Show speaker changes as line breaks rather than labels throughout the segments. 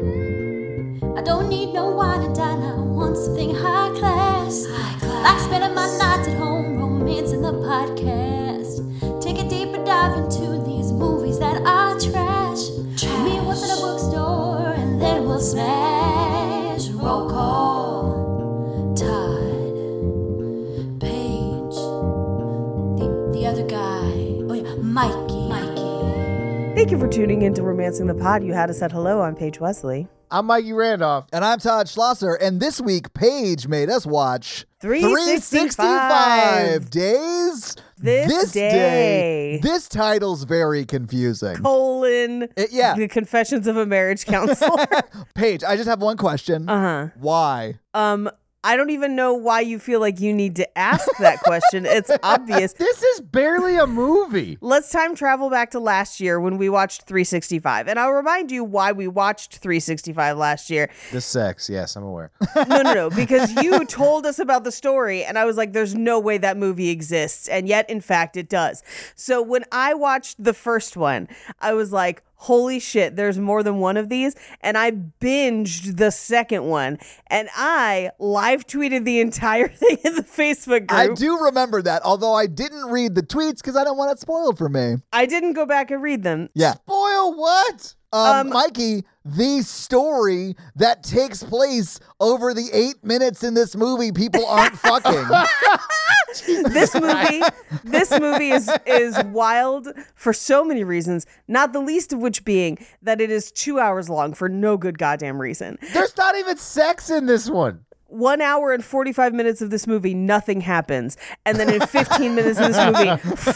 I don't need no wine and dine. I want something high class. High class. Like spending my nights at home, romancing the podcast. Take a deeper dive into these movies that are trash. trash. Me once at a bookstore, and then we'll smash. Roll call. Todd. Paige. The, the other guy. Oh yeah, Mikey. Mikey.
Thank you for tuning in to Romancing the Pod. You had us at hello on Paige Wesley.
I'm Mikey Randolph.
And I'm Todd Schlosser, and this week Paige made us watch
365
days
This day.
This title's very confusing.
Colon.
It- yeah.
The Confessions of a Marriage Counselor.
Paige, I just have one question. Uh huh.
Uh-huh.
Why?
um, I don't even know why you feel like you need to ask that question. it's obvious.
This is barely a movie.
Let's time travel back to last year when we watched 365. And I'll remind you why we watched 365 last year.
The sex, yes, I'm aware.
No, no, no, because you told us about the story, and I was like, there's no way that movie exists. And yet, in fact, it does. So when I watched the first one, I was like, holy shit, there's more than one of these. And I binged the second one, and I live tweeted the entire thing in the Facebook group.
I do remember that, although I didn't read the tweets because I don't want it spoiled for me.
I didn't go back and read them.
Yeah.
Boyle, what?
um,
Um,
Mikey, the story that takes place over the eight minutes in this movie, people aren't fucking.
this movie this movie is is wild for so many reasons not the least of which being that it is two hours long for no good goddamn reason
There's not even sex in this one.
one hour and 45 minutes of this movie nothing happens and then in 15 minutes of this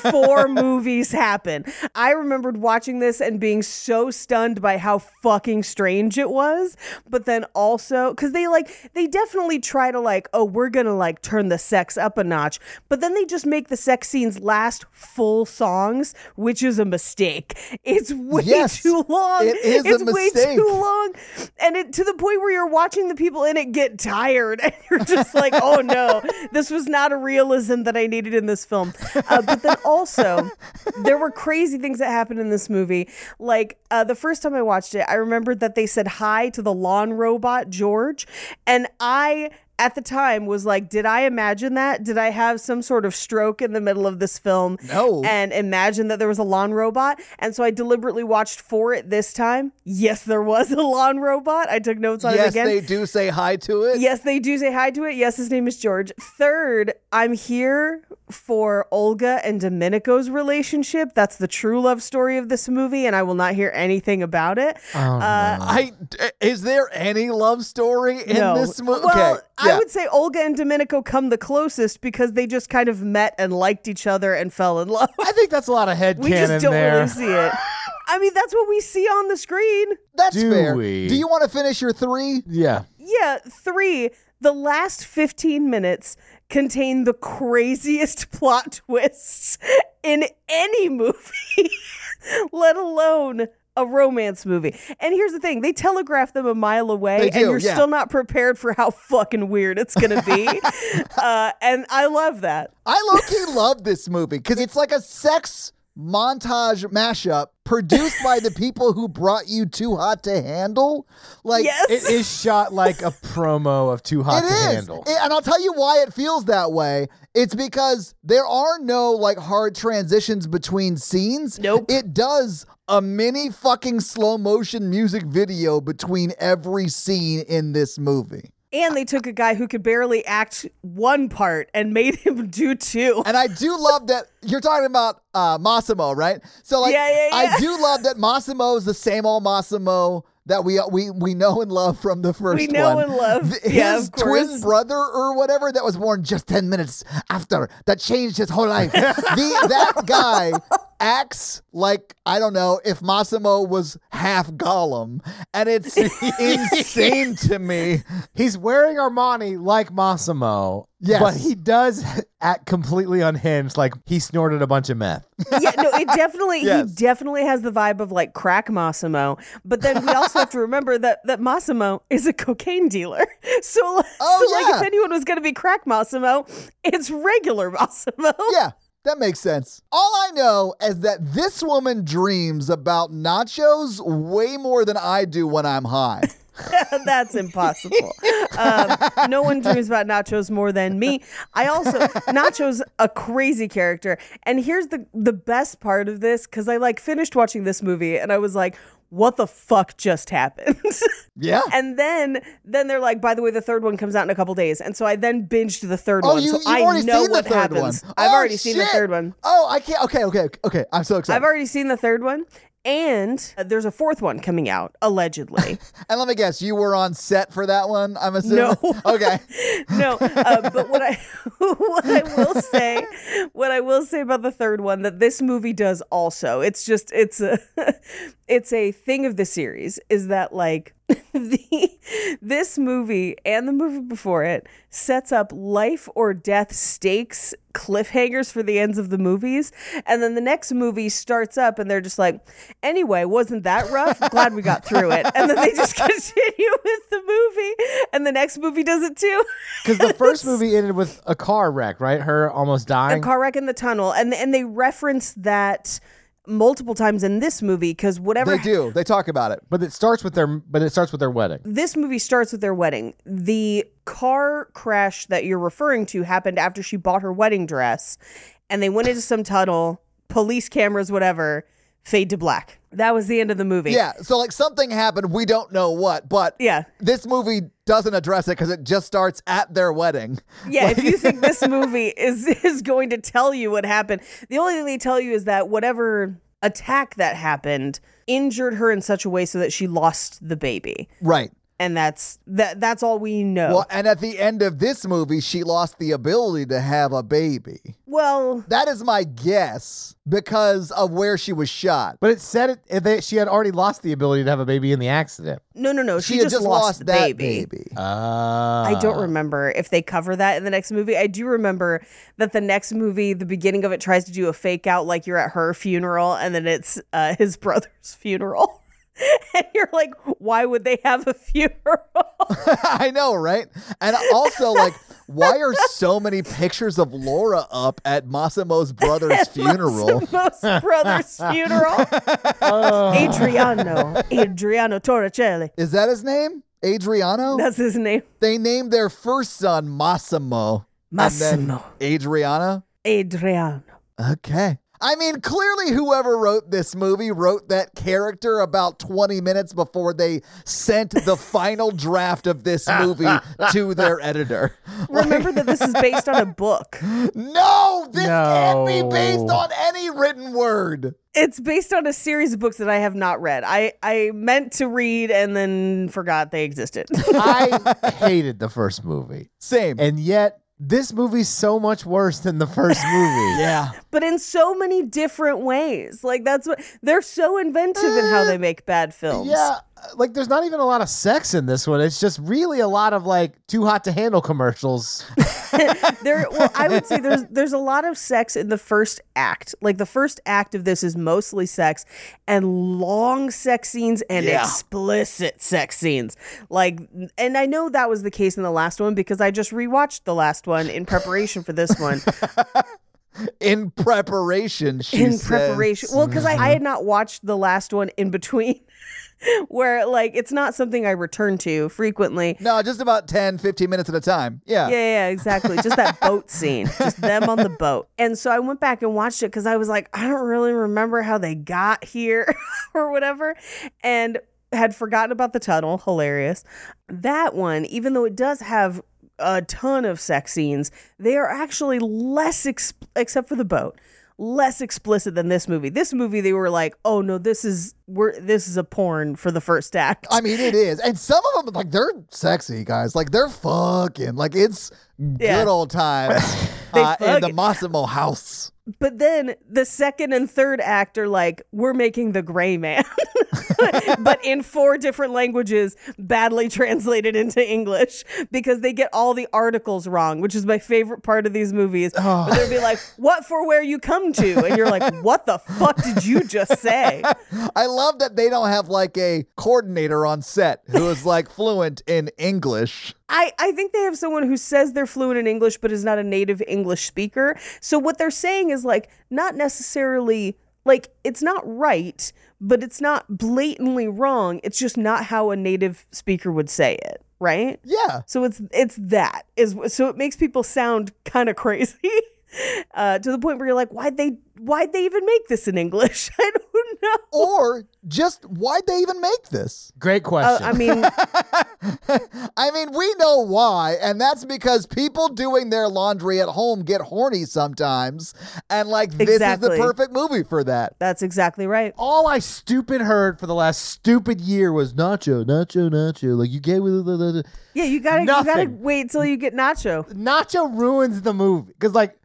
movie four movies happen i remembered watching this and being so stunned by how fucking strange it was but then also because they like they definitely try to like oh we're gonna like turn the sex up a notch but then they just make the sex scenes last full songs which is a mistake it's way
Yes,
too long
it is a
it's way
mistake.
too long and it to the point where you're watching the people in it get tired and you're just like oh no this was not a realism that i needed in this film uh, but then also there were crazy things that happened in this movie like uh, the first time i watched it i remembered that they said hi to the lawn robot george and i at the time was like did i imagine that did i have some sort of stroke in the middle of this film
No.
and imagine that there was a lawn robot. And so I deliberately watched for it this time. Yes, there was a lawn robot. I took notes on it
yes,
again.
they do say hi to it.
Yes, they do say hi to it. Yes, his name is George. Third, I'm here for Olga and Domenico's relationship. That's the true love story of this movie, and I will not hear anything about it.
Oh,
uh,
I is there any love story in
no.
this movie?
Well,
okay,
I
yeah.
would say Olga and Domenico come the closest because they just kind of met and liked each other and fell in love.
I think that's a lot of head
We
cannon
just don't
there.
really see it. I mean, that's what we see on the screen.
That's
Do
fair.
we?
Do you want to finish your three?
yeah.
Yeah, three. The last 15 minutes contain the craziest plot twists in any movie, let alone a romance movie. And here's the thing they telegraph them a mile away,
They
and
do,
you're
yeah.
still not prepared for how fucking weird it's going to be. uh, and I love that.
I low key love this movie because it's like a sex montage mashup produced by the people who brought you Too Hot to Handle. Like
Yes.
It is shot like a promo of Too Hot
It
to
is.
Handle.
It- and I'll tell you why it feels that way. It's because there are no like hard transitions between scenes.
Nope.
It does a mini fucking slow motion music video between every scene in this movie.
And they took a guy who could barely act one part and made him do two.
And I do love that you're talking about uh, Massimo, right? So like,
Yeah, yeah, yeah.
I do love that Massimo is the same old Massimo that we we we know and love from the first
We know
one.
and love.
Th-
Yeah,
his
of course.
twin brother or whatever that was born just ten minutes after that changed his whole life. the, that guy acts like I don't know if Massimo was half Gollum, and it's insane to me.
He's wearing Armani like Massimo.
Yes.
But he does act completely unhinged, like he snorted a bunch of meth.
yeah, no, it definitely
Yes.
he definitely has the vibe of like crack Massimo. But then we also have to remember that that Massimo is a cocaine dealer. So, like-
Oh,
so
yeah.
like if anyone was going to be crack Massimo, it's regular Massimo.
Yeah, that makes sense. All I know is that this woman dreams about nachos way more than I do when I'm high.
That's impossible. um, no one dreams about Nachos more than me. I also Nachos a crazy character, and here's the the best part of this because I like finished watching this movie and I was like, what the fuck just happened?
Yeah.
and then then they're like, by the way, the third one comes out in a couple days, and so I then binged the third
Oh,
one,
you,
so
you've
I
already
know
seen
what
the third
happens.
one.
I've
Oh,
already seen the
shit.
third one.
Oh, I can't. Okay, okay, okay. I'm so excited.
I've already seen the third one. And uh, there's a fourth one coming out, allegedly.
and let me guess, you were on set for that one. I'm assuming.
No.
okay.
no, uh, but what I what I will say, what I will say about the third one that this movie does also. It's just it's a it's a thing of the series is that like the this movie and the movie before it sets up life or death stakes cliffhangers for the ends of the movies and then the next movie starts up and they're just like anyway wasn't that rough glad we got through it and then they just continue with the movie and the next movie does it too
Because the first movie ended with a car wreck, right? Her almost
a
dying.
car wreck in the tunnel and and they reference that multiple times in this movie because whatever
They do. They talk about it.
but it starts with their but it starts with their wedding.
this movie starts with their wedding. The car crash that you're referring to happened after she bought her wedding dress and they went into some tunnel, police cameras, whatever, fade to black. That was the end of the movie.
Yeah. So like something happened. We don't know what, but
Yeah.
this movie doesn't address it because it just starts at their wedding.
Yeah, if you think this movie is is going to tell you what happened, the only thing they tell you is that whatever attack that happened injured her in such a way so that she lost the baby.
Right.
And that's that that's all we know.
Well, and at the end of this movie, she lost the ability to have a baby.
well
That is my guess because of where she was shot.
But it said it, it they, she had already lost the ability to have a baby in the accident.
no no no, she,
had
just, lost, the
that
baby.
Ah.
I don't remember if they cover that in the next movie. I do remember that the next movie, the beginning of it tries to do a fake out like you're at her funeral and then it's uh, his brother's funeral. and you're like, why would they have a funeral?
I know, right? And also, like, why are so many pictures of Laura up at Massimo's brother's funeral?
Most brother's funeral. Adriano, Adriano Torricelli.
Is that his name? Adriano?
That's his name.
they named their first son Massimo. And then
Massimo.
Adriana?
Adriano.
Okay. I mean, clearly, whoever wrote this movie wrote that character about 20 minutes before they sent the final draft of this movie to their editor.
Remember that this is based on a book.
No, this can't be based
No.
on any written word.
It's based on a series of books that I have not read. I, I meant to read and then forgot they existed.
I hated the first movie.
Same.
And yet this movie's so much worse than the first movie.
yeah.
but in so many different ways. Like that's what they're so inventive in how they make bad films.
Yeah, like there's not even a lot of sex in this one. It's just really a lot of like too hot to handle commercials.
There well, I would say there's there's a lot of sex in the first act. Like the first act of this is mostly sex and long sex scenes and
Yeah.
explicit sex scenes. Like and I know that was the case in the last one because I just rewatched the last one in preparation for this one.
In preparation, she
in
says.
preparation. Well, because I, I had not watched the last one in between, where like it's not something I return to frequently.
No, just about 10, 15 minutes at a time. Yeah.
Yeah, yeah, exactly. Just that boat scene, just them on the boat. And so I went back and watched it because I was like, I don't really remember how they got here or whatever. And had forgotten about the tunnel. Hilarious. That one, even though it does have a ton of sex scenes, they are actually less, ex- except for the boat. Less explicit than this movie. This movie, they were like, "Oh no, this is we're this is a porn for the first act."
I mean, it is. And some of them, like, they're sexy, guys. Like, they're fucking. Like, it's
Yeah.
good old times uh, in the
fucking-
Massimo house.
But then the second and third act are like, we're making the gray man, but in four different languages, badly translated into English because they get all the articles wrong, which is my favorite part of these movies. But they'll be like, what for where you come to? And you're like, what the fuck did you just say?
I love that they don't have like a coordinator on set who is like fluent in English.
I, I think they have someone who says they're fluent in English but is not a native English speaker. So what they're saying is like not necessarily like it's not right, but it's not blatantly wrong. It's just not how a native speaker would say it, right?
Yeah.
So it's it's that is so it makes people sound kind of crazy. Uh, to the point where you're like, why'd they why'd they even make this in English? I don't know.
Or just why'd they even make this?
Great
Uh,
question.
I mean,
I mean, we know why, and that's because people doing their laundry at home get horny sometimes, and like this is
Exactly.
the perfect movie for that.
that's exactly right.
all I stupid heard for the last stupid year was nacho, nacho, nacho. Like you get with the- the- the-
Yeah, you gotta you gotta
Nothing.
wait till you get nacho.
nacho ruins the movie because like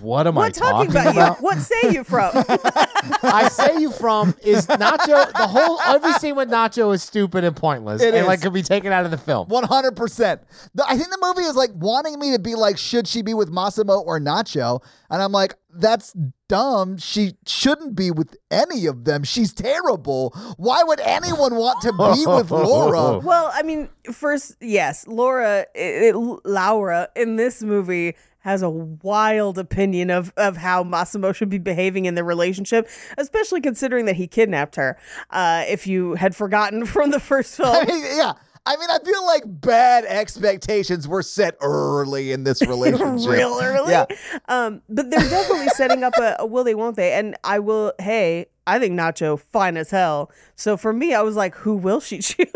what am I
What talking about, you? What say you from?
I say you from is nacho. The whole every scene with nacho is stupid and pointless,
It
and
is.
like could be taken out of the film.
One hundred percent. I think the movie is like wanting me to be like, should she be with Massimo or Nacho? And I'm like, that's dumb. She shouldn't be with any of them. She's terrible. Why would anyone want to be with Laura?
well, I mean, first, yes, Laura, it, it- Laura in this movie has a wild opinion of, of how Massimo should be behaving in their relationship, especially considering that he kidnapped her. Uh, if you had forgotten from the first film.
I mean, yeah. I mean, I feel like bad expectations were set early in this relationship.
real early.
Yeah.
Um, but they're definitely setting up a, a will they, won't they? And I will, hey, I think Nacho fine as hell. So for me, I was like, who will she choose?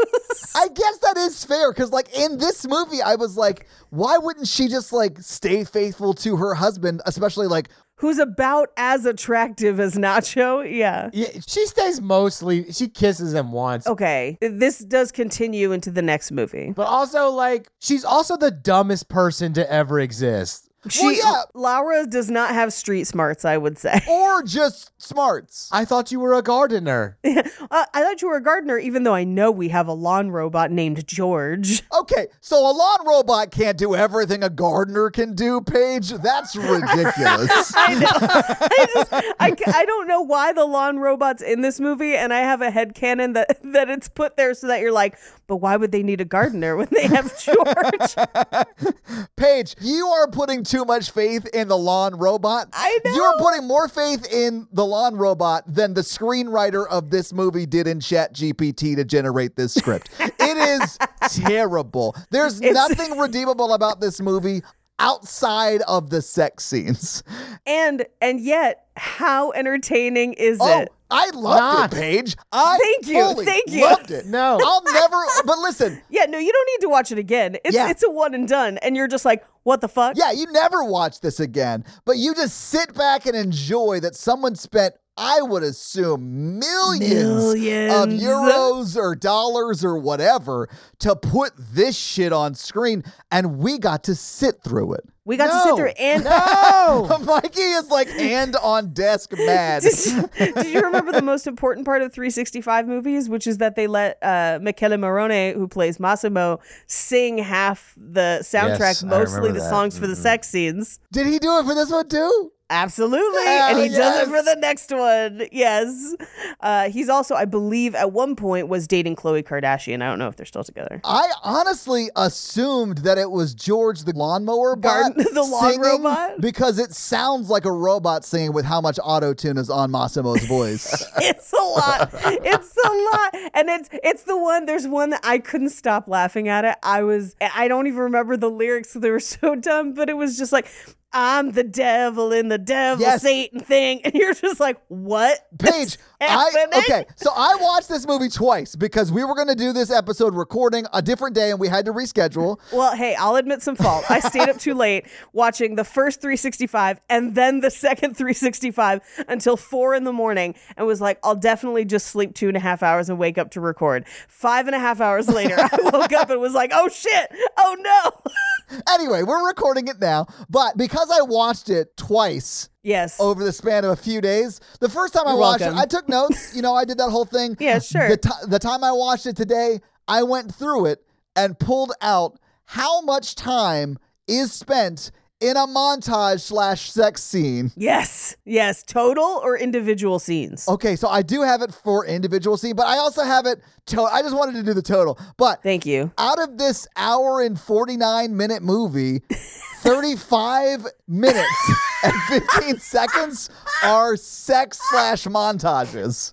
I guess that is fair because, like, in this movie, I was like, why wouldn't she just like stay faithful to her husband, especially like
Who's about as attractive as Nacho? Yeah.
Yeah, she stays mostly. She kisses him once,
Okay. This does continue into the next movie.
but also like she's also the dumbest person to ever exist.
She,
yeah.
Laura does not have street smarts, I would say.
or just smarts?
I thought you were a gardener.
Uh, I thought you were a gardener, even though I know we have a lawn robot named George.
Okay, so a lawn robot can't do everything a gardener can do, Paige. That's ridiculous.
I just, I, ca- I don't know why the lawn robot's in this movie, and I have a headcanon that, that it's put there so that you're like, but why would they need a gardener when they have George?
Paige, you are putting too much faith in the lawn robot.
I know.
You're putting more faith in the lawn robot than the screenwriter of this movie did in Chat GPT to generate this script. it is terrible. There's nothing redeemable about this movie outside of the sex scenes.
and and yet, how entertaining is
Oh,
it?
I loved
Not.
it, Paige. I
Thank you,
fully
thank you.
Loved it.
No.
I'll never. But listen,
Yeah, no, you don't need to watch it again. It's
Yeah.
it's a one and done, and you're just like, what the fuck?
Yeah, you never watch this again, but you just sit back and enjoy that someone spent, I would assume, millions, of
Millions.
euros or dollars or whatever to put this shit on screen, and we got to sit through it.
We got to sit
No.
through and.
No,
Mikey is like hand on desk mad.
Did you, did you remember the most important part of 365 movies, which is that they let uh, Michele Marone, who plays Massimo, sing half the soundtrack,
Yes, I
mostly
remember
the
that. Mm-hmm.
songs for the sex scenes?
Did he do it for this one too?
Absolutely.
Hell
and he does
yes.
it for the next one. Yes. Uh, he's also, I believe, at one point was dating Khloe Kardashian. I don't know if they're still together.
I honestly assumed that it was George the lawnmower bot
Garden- the lawn
singing
robot?
because it sounds like a robot singing with how much auto tune is on Massimo's voice.
It's a lot. It's a lot. And it's it's the one there's one that I couldn't stop laughing at it. I was I don't even remember the lyrics. They were so dumb, but it was just like I'm the devil in the devil
Yes.
Satan thing. And you're just like, what?
Paige, I
happening?
okay. So I watched this movie twice because we were going to do this episode recording a different day and we had to reschedule.
Well, hey, I'll admit some fault. I stayed up too late watching the first 365 and then the second 365 until four in the morning and was like, I'll definitely just sleep two and a half hours and wake up to record. Five and a half hours later, I woke up and was like, oh shit, oh no.
Anyway, we're recording it now, but because I watched it twice
Yes.
over the span of a few days, the first time I
You're
watched
welcome.
it, I took notes. You know, I did that whole thing.
Yeah, sure.
The, ti- the time I watched it today, I went through it and pulled out how much time is spent in a montage slash sex scene.
Yes. Yes. Total or individual scenes.
Okay, so I do have it for individual scene, but I also have it. To- I just wanted to do the total, but
Thank you.
out of this hour and 49 minute movie, 35 minutes and 15 seconds are sex slash montages.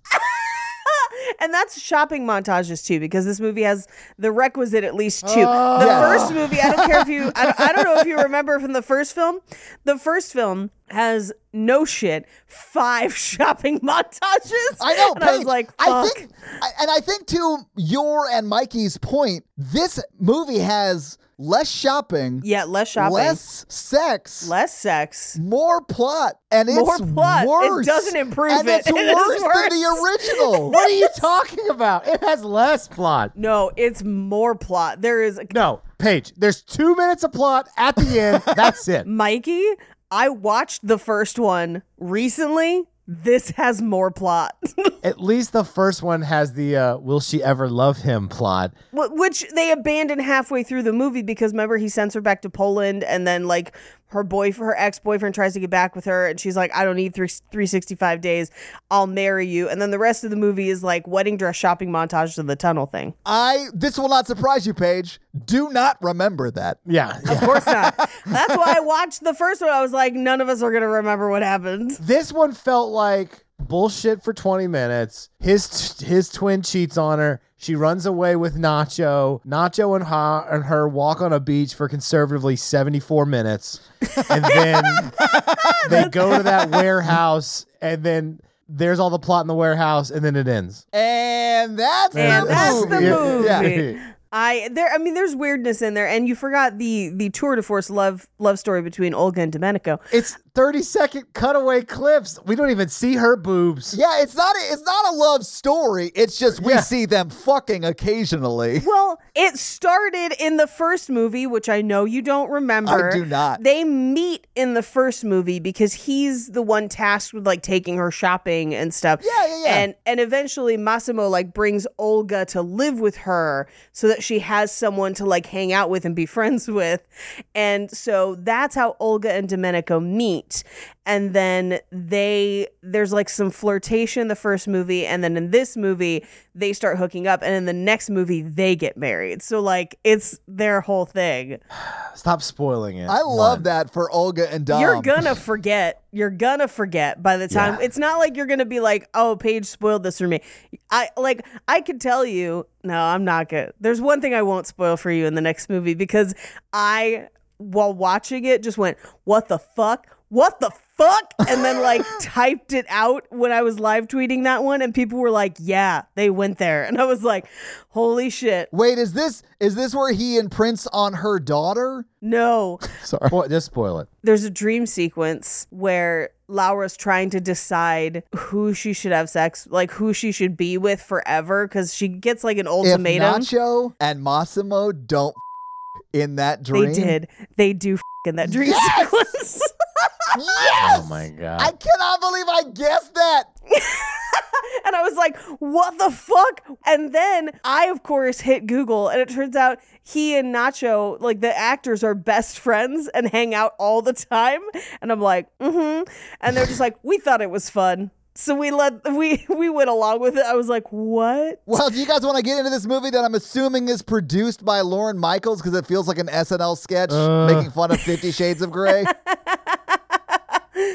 And that's shopping montages too, because this movie has the requisite at least two. the
Oh. Yeah.
first movie, I don't care if you, I don't, I don't know if you remember from the first film. The first film has no shit five shopping montages.
I know.
and I was
Paige,
like,
I
fuck.
think, I- and I think to your and Mikey's point, this movie has less shopping,
yeah, less shopping,
less sex,
less sex.
more plot, and it's
More plot. It
worse.
doesn't improve
and
it.
It's
It is
worse, than the
worse.
original.
What are you talking about? It has less plot.
No, it's more plot. There is
No, Paige, there's two minutes of plot at the end. That's it.
Mikey. I watched the first one recently. This has more plot.
At least the first one has the uh, will she ever love him plot.
Wh- which they abandoned halfway through the movie because remember he sends her back to Poland and then like her boy her ex-boyfriend tries to get back with her and she's like I don't need three, 365 days I'll marry you and then the rest of the movie is like wedding dress shopping montage to the tunnel thing
I this will not surprise you, Paige. Do not remember that.
Yeah.
of course not that's why I watched the first one I was like none of us are gonna remember what happened
This one felt like bullshit for 20 minutes. His his twin cheats on her. She runs away with Nacho. Nacho and her, and her walk on a beach for conservatively 74 minutes. And then they go to that warehouse and then there's all the plot in the warehouse and then it ends.
And that's
And
the
that's the
movie.
movie.
Yeah.
I there I mean there's weirdness in there and you forgot the the tour de force love love story between Olga and Domenico
It's 30 second cutaway clips. We don't even see her boobs.
Yeah, it's not a, it's not a love story. It's just we
Yeah.
see them fucking occasionally.
Well, it started in the first movie, which I know you don't remember.
I do not.
They meet in the first movie because he's the one tasked with like taking her shopping and stuff.
Yeah, yeah, yeah.
And and eventually Massimo like brings Olga to live with her so that she has someone to like hang out with and be friends with. And so that's how Olga and Domenico meet. And then they there's like some flirtation in the first movie and then in this movie they start hooking up and in the next movie they get married. So like it's their whole thing.
Stop spoiling it.
I love
One.
that for Olga and Dom.
You're gonna forget. You're gonna forget by the time.
Yeah.
It's not like you're gonna be like, "Oh, Paige spoiled this for me." I like. I could tell you. No, I'm not good. There's one thing I won't spoil for you in the next movie because I, while watching it, just went, "What the fuck? What the fuck?" And then like typed it out when I was live tweeting that one, and people were like, "Yeah, they went there," and I was like, "Holy shit,
Wait, is this is this where he imprints on her daughter?
no!"
Sorry. Spo- just spoil it.
there's a dream sequence where Laura's trying to decide who she should have sex, like who she should be with forever, because she gets like an ultimatum.
If Nacho and Massimo don't in that
they
dream,
did. They do f- in that dream
Yes!
sequence.
Yes,
Oh my god.
I cannot believe I guessed that.
and I was like, what the fuck? And then I, of course, hit Google, and it turns out he and Nacho, like the actors, are best friends and hang out all the time. And I'm like, mm hmm. And they're just like, we thought it was fun. So we let we we went along with it. I was like, "What?
Well, do you guys want to get into this movie that I'm assuming is produced by Lauren Michaels because it feels like an SNL sketch
Uh.
making fun of Fifty Shades of Grey?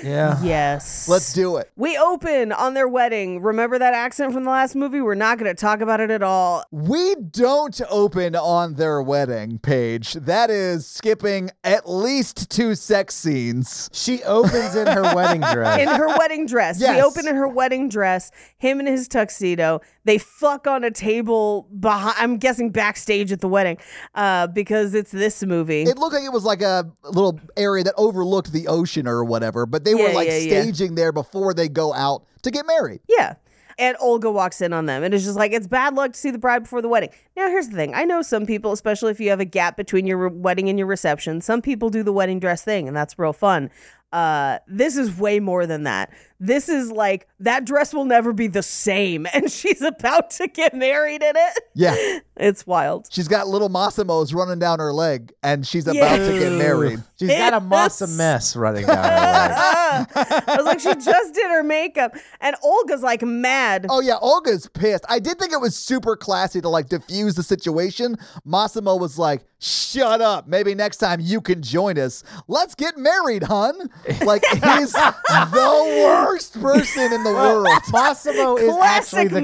yeah.
Yes.
Let's do it.
We open on their wedding. Remember that accent from the last movie? We're not going to talk about it at all.
We don't open on their wedding page. That is skipping at least two sex scenes.
She opens in her wedding dress.
In her wedding dress. We
Yes.
open in her wedding dress, him in his tuxedo. They fuck on a table behind, I'm guessing backstage at the wedding uh, because it's this movie.
It looked like it was like a little area that overlooked the ocean or whatever, but they were
Yeah,
like
yeah, yeah.
staging there before they go out to get married.
yeah. And Olga walks in on them and is just like, it's bad luck to see the bride before the wedding. Now, here's the thing I know some people, especially if you have a gap between your re- wedding and your reception, some people do the wedding dress thing, and that's real fun. Uh, this is way more than that. This is like, that dress will never be the same. And she's about to get married in it.
Yeah.
It's wild.
She's got little Massimo's running down her leg and she's about to get
Ooh.
married.
She's got a mess of mess running down her leg.
Ah! I was like, she just did her makeup. And Olga's like mad.
Oh yeah, Olga's pissed. I did think it was super classy to like diffuse the situation. Massimo was like, "Shut up. Maybe next time you can join us. Let's get married, hun." Like he's the worst person in the world.
Massimo is
Classic
actually the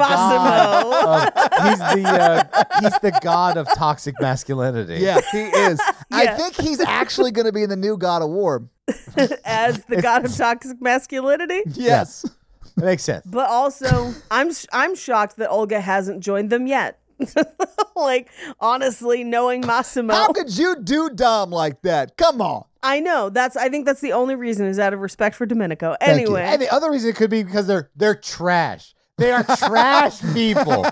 god. Of, he's the uh, he's the god of toxic masculinity.
Yeah, he is. I
Yeah.
think he's actually going to be in the new God of War.
as the god of toxic masculinity.
Yes.
That makes sense.
But also, I'm sh- I'm shocked that Olga hasn't joined them yet. like honestly, knowing Massimo,
How could you do Dom like that? Come on.
I know that's I think that's the only reason is out of respect for Domenico.
Thank you.
Anyway,
And the other reason it could be because they're they're trash. They are trash people.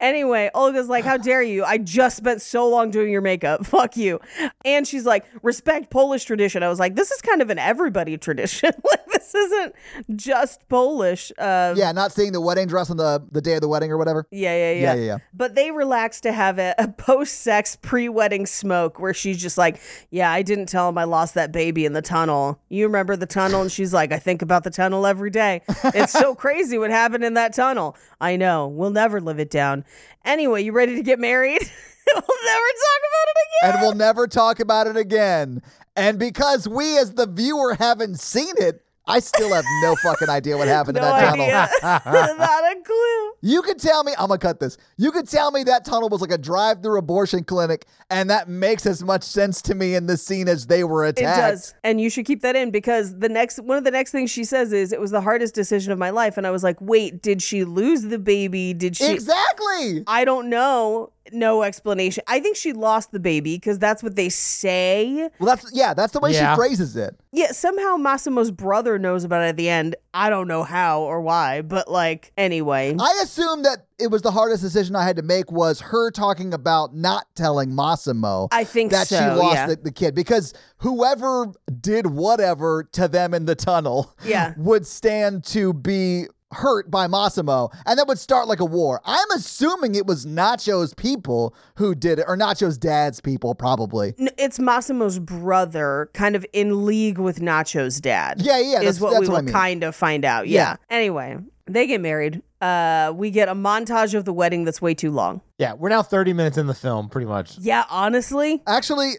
anyway, Olga's like, "How dare you? I just spent so long doing your makeup. Fuck you." And she's like, "Respect Polish tradition." I was like, "This is kind of an everybody tradition. like this isn't just Polish." Uh,
Yeah, not seeing the wedding dress on the, the day of the wedding or whatever.
Yeah, yeah, yeah.
Yeah, yeah, yeah.
But they relax to have a, a post sex pre wedding smoke where she's just like, Yeah, I didn't tell him I lost that baby in the tunnel. You remember the tunnel? And she's like, I think about the tunnel every day. It's so crazy what happened in that tunnel. I know. We'll never live it down. Anyway, you ready to get married? we'll never talk about it again.
And we'll never talk about it again. And because we as the viewer haven't seen it, I still have no fucking idea what happened
No
to that tunnel.
idea. Not a clue.
You could tell me, I'm gonna cut this. You could tell me that tunnel was like a drive through abortion clinic, and that makes as much sense to me in the scene as they were
It
attacked.
does. And you should keep that in because the next one of the next things she says is it was the hardest decision of my life. And I was like, wait, did she lose the baby? Did she
Exactly.
I don't know. No explanation. I think she lost the baby because that's what they say.
Well, that's yeah, that's the way
Yeah.
she phrases it.
Yeah, somehow Massimo's brother knows about it at the end. I don't know how or why, but like, anyway.
I assume that it was the hardest decision I had to make was her talking about not telling Massimo.
I think
that she
so,
lost
yeah.
the, the kid because whoever did whatever to them in the tunnel,
Yeah.
would stand to be hurt by Massimo, and that would start like a war. I'm assuming it was Nacho's people who did it, or Nacho's dad's people, probably.
N- it's Massimo's brother, kind of in league with Nacho's dad.
Yeah, yeah,
is
that's-
what
that's
we
what
will
I mean.
kind of find out.
Yeah.
Yeah. Anyway, they get married. Uh, we get a montage of the wedding that's way too long.
Yeah, we're now 30 minutes in the film, pretty much.
Yeah, honestly,
Actually,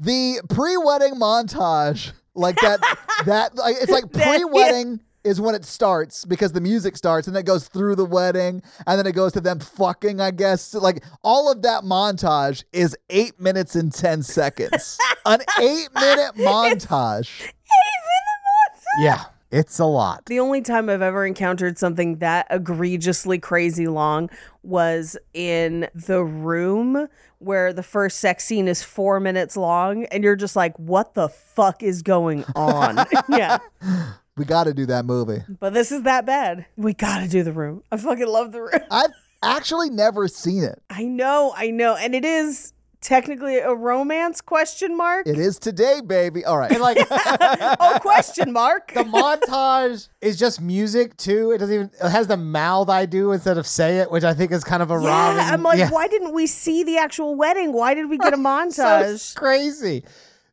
the pre-wedding montage, like that, that like, it's like
That-
pre-wedding is when it starts because the music starts, and it goes through the wedding, and then it goes to them fucking. I guess like all of that montage is eight minutes and ten seconds. An eight-minute montage.
Yeah, it's a lot.
The only time I've ever encountered something that egregiously crazy long was in the room where the first sex scene is four minutes long, and you're just like, what the fuck is going on? yeah.
We got to do that movie.
But this is that bad. We gotta do the room. I fucking love the room.
I've actually never seen it.
I know, I know. And it is technically a romance question mark.
It is today, baby. All right.
And like
oh, question mark.
the montage is just music too. It doesn't even it has the mouth I do instead of say it, which I think is kind of a
yeah, I'm like,
yeah.
why didn't we see the actual wedding? Why did we get a
So
montage?
crazy.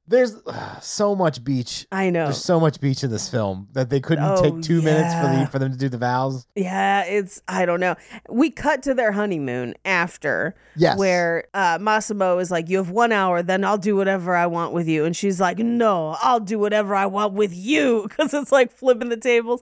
There's ugh, so much beach.
I know.
There's so much beach in this film that they couldn't
Oh,
take two minutes for
yeah.
the for them to do the vows.
Yeah, it's I don't know. We cut to their honeymoon after,
Yes.
where uh, Massimo is like, "You have one hour, then I'll do whatever I want with you," and she's like, "No, I'll do whatever I want with you," because it's like flipping the tables,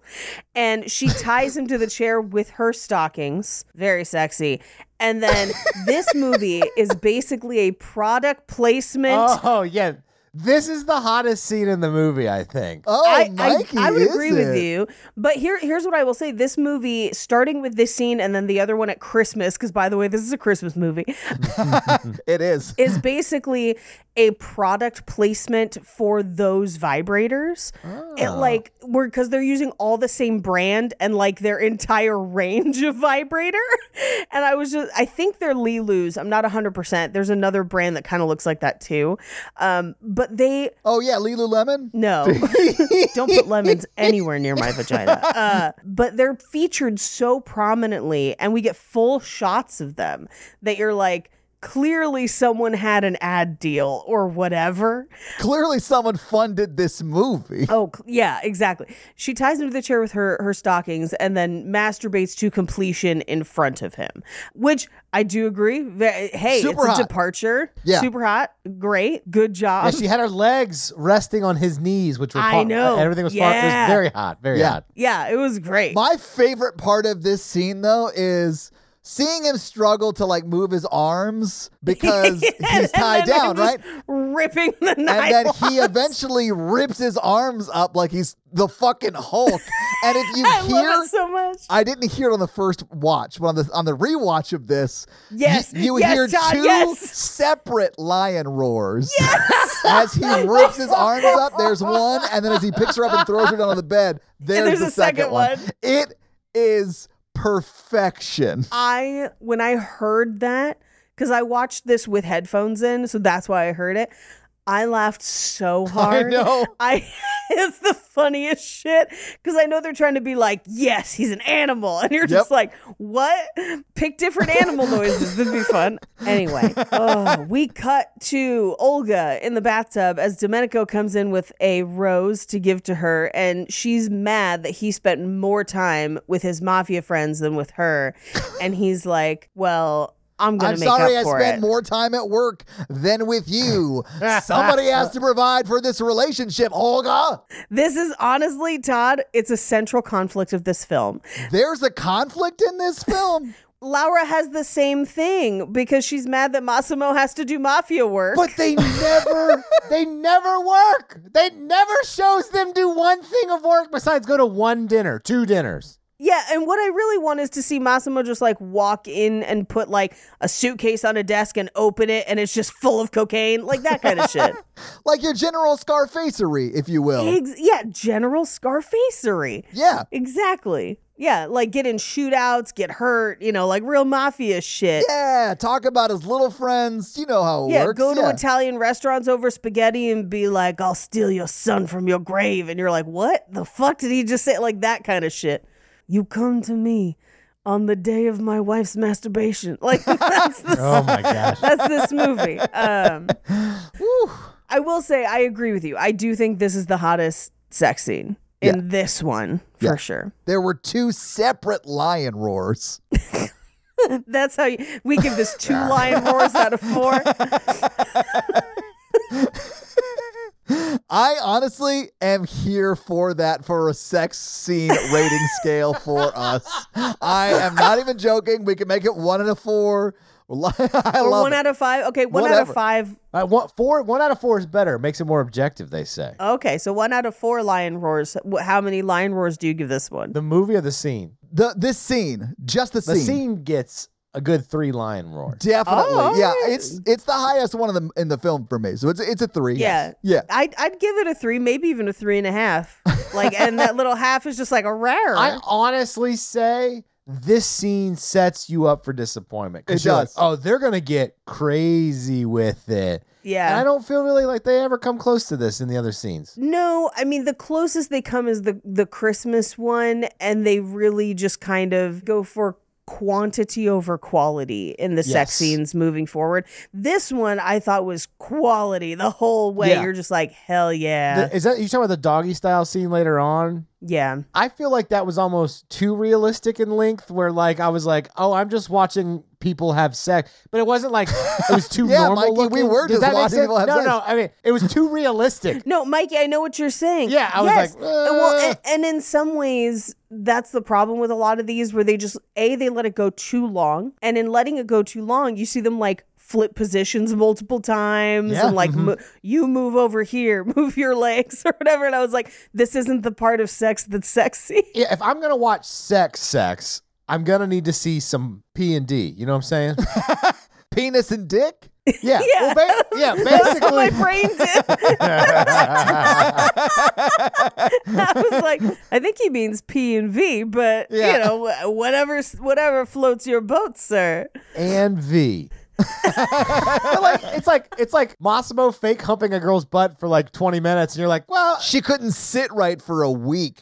and she ties him to the chair with her stockings, very sexy. And then this movie is basically a product placement
Oh yeah. This is the hottest scene in the movie, I think.
Oh,
I, I,
Mikey,
I would
is
agree
it?
with you. But here, here's what I will say: this movie, starting with this scene and then the other one at Christmas, because by the way, this is a Christmas movie,
It is.
is basically a product placement for those vibrators. It
Ah.
like we're because they're using all the same brand and like their entire range of vibrator. And I was just I think they're Lelu's. I'm not 100%. There's another brand that kind of looks like that too. Um but they
Oh yeah, Lululemon.
no. Don't put lemons anywhere near my vagina. Uh, but they're featured so prominently, and we get full shots of them that you're like, clearly someone had an ad deal or whatever.
Clearly, someone funded this movie.
Oh, cl- yeah, exactly. She ties him to the chair with her, her stockings and then masturbates to completion in front of him, which I do agree. Ve- Hey,
Super
it's
hot.
a departure.
Yeah.
Super hot. Great. Good job.
Yeah, she had her legs resting on his knees, which were
I
part-
know.
everything was part- It
Yeah.
was very hot, very
Yeah.
hot.
Oh, yeah, it was great.
My favorite part of this scene though is seeing him struggle to like move his arms because he's tied
And then
down,
I'm just
right?
Ripping the
And
knife.
then he
off.
eventually rips his arms up like he's the fucking Hulk. and if you
I
hear
love it so much.
I didn't hear it on the first watch, but on the on the rewatch of this, y-
Yes.
you,
Yes,
hear
Todd,
two
yes.
separate lion roars. Yes, as he rips his arms up. There's one, and then as he picks her up and throws her down on the bed, there's,
there's
the
a second
one.
one.
It is perfection.
I when I heard that because I watched this with headphones in, so that's why I heard it. I laughed so hard.
know.
I it's the funniest shit because I know they're trying to be like, yes, he's an animal, and you're just like, what? Pick different animal noises. That'd be fun. Anyway, oh, we cut to Olga in the bathtub as Domenico comes in with a rose to give to her, and she's mad that he spent more time with his mafia friends than with her, and he's like, well. I'm gonna
I'm
make
sorry
up
I
for
spent
it.
more time at work than with you. Somebody has to provide for this relationship, Olga.
This is honestly, Todd, it's a central conflict of this film.
There's a conflict in this film.
Laura has the same thing because she's mad that Massimo has to do mafia work.
But they never, they never work. They never shows them do one thing of work besides go to one dinner, two dinners.
yeah, and what I really want is to see Massimo just like walk in and put like a suitcase on a desk and open it and it's just full of cocaine, like that kind of shit.
like your general Scarfacery, if you will.
Ex- yeah, general Scarfacery.
Yeah.
Exactly. Yeah, like get in shootouts, get hurt, you know, like real mafia shit.
Yeah. Talk about his little friends. You know how it
Yeah,
works.
go to
yeah.
Italian restaurants over spaghetti and be like, I'll steal your son from your grave. And you're like, what the fuck did he just say? Like that kind of shit. You come to me on the day of my wife's masturbation. Like that's the
Oh my gosh.
that's this movie. Um, I will say I agree with you. I do think this is the hottest sex scene in this one for sure.
There were two separate lion roars.
That's how you, we give this two lion roars out of four.
I honestly am here for that for a sex scene rating scale for us. I am not even joking. We can make it one out of four. I
Or
love
one
it.
out of five. Okay, one out
Whatever.
of five
Uh, one, four, one out of four is better. Makes it more objective, they say.
Okay, so one out of four lion roars. Wh- How many lion roars do you give this one?
The movie or the scene?
the this scene, just the,
The scene gets a good three lion roar.
Definitely.
Oh,
yeah,
alright.
it's it's the highest one of them in the film for me. So it's it's a 3.
Yeah.
Yeah.
I'd, I'd give it a three, maybe even a three and a half. Like, and that little half is just like a rare.
I honestly say this scene sets you up for disappointment. 'Cause
It
you're like,
does.
oh, they're gonna get crazy with it. And I
yeah.
don't feel really like they ever come close to this in the other scenes.
no, I mean the closest they come is the the Christmas one, and they really just kind of go for quantity over quality in the sex
Yes.
scenes moving forward. This one I thought was quality the whole way.
Yeah.
You're just like, hell yeah.
The- is that you talking about the doggy style scene later on?
yeah.
I feel like that was almost too realistic in length. Where like I was like, oh, I'm just watching people have sex, but it wasn't like it was too
Yeah,
normal.
Mikey, we
looking.
were
Does
just
that make
watching
sense?
people have
no,
sex.
no. I mean, it was too realistic.
No, Mikey, I know what you're saying.
Yeah, I was
Yes.
like, "Uh."
And well, and, and in some ways, that's the problem with a lot of these, where they just a they let it go too long, and in letting it go too long, you see them like flip positions multiple times
Yeah,
and like
mm-hmm.
mo- you move over here, move your legs or whatever. And I was like, this isn't the part of sex that's sexy.
Yeah, if I'm gonna watch sex, sex, I'm gonna need to see some P and D. You know what I'm saying?
Penis and dick?
Yeah. Well, ba- yeah.
That's what my
Basically.
brain did. I was like, I think he means P and V, but
Yeah.
you know, wh- whatever, whatever floats your boat, sir.
and V. but like it's like it's like Massimo fake humping a girl's butt for like 20 minutes, and you're like, well,
She couldn't sit right for a week.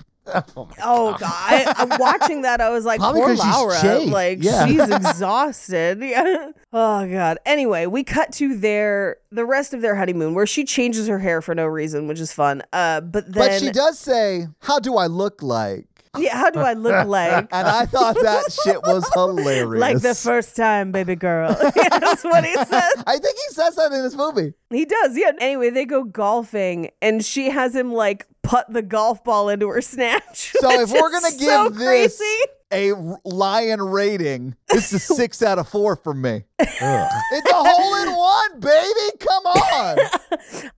Oh God! I, I'm watching that. I was like,
Ah. Probably
poor
'cause she's
Laura.
shaved.
Like
Yeah.
she's exhausted. Yeah. Oh God. Anyway, we cut to their the rest of their honeymoon where she changes her hair for no reason, which is fun. Uh, but then,
But she does say, How do I look like?
yeah. How do I look like?
And I thought that shit was hilarious.
Like the first time, baby girl. Yeah, That's what he says.
I think he says that in this movie.
He does, yeah. Anyway, they go golfing and she has him like putt the golf ball into her snatch.
So
which
if we're
is
gonna give
so
this
crazy.
a r- lion rating, this is six out of four for me. it's a hole in one, baby. Come on.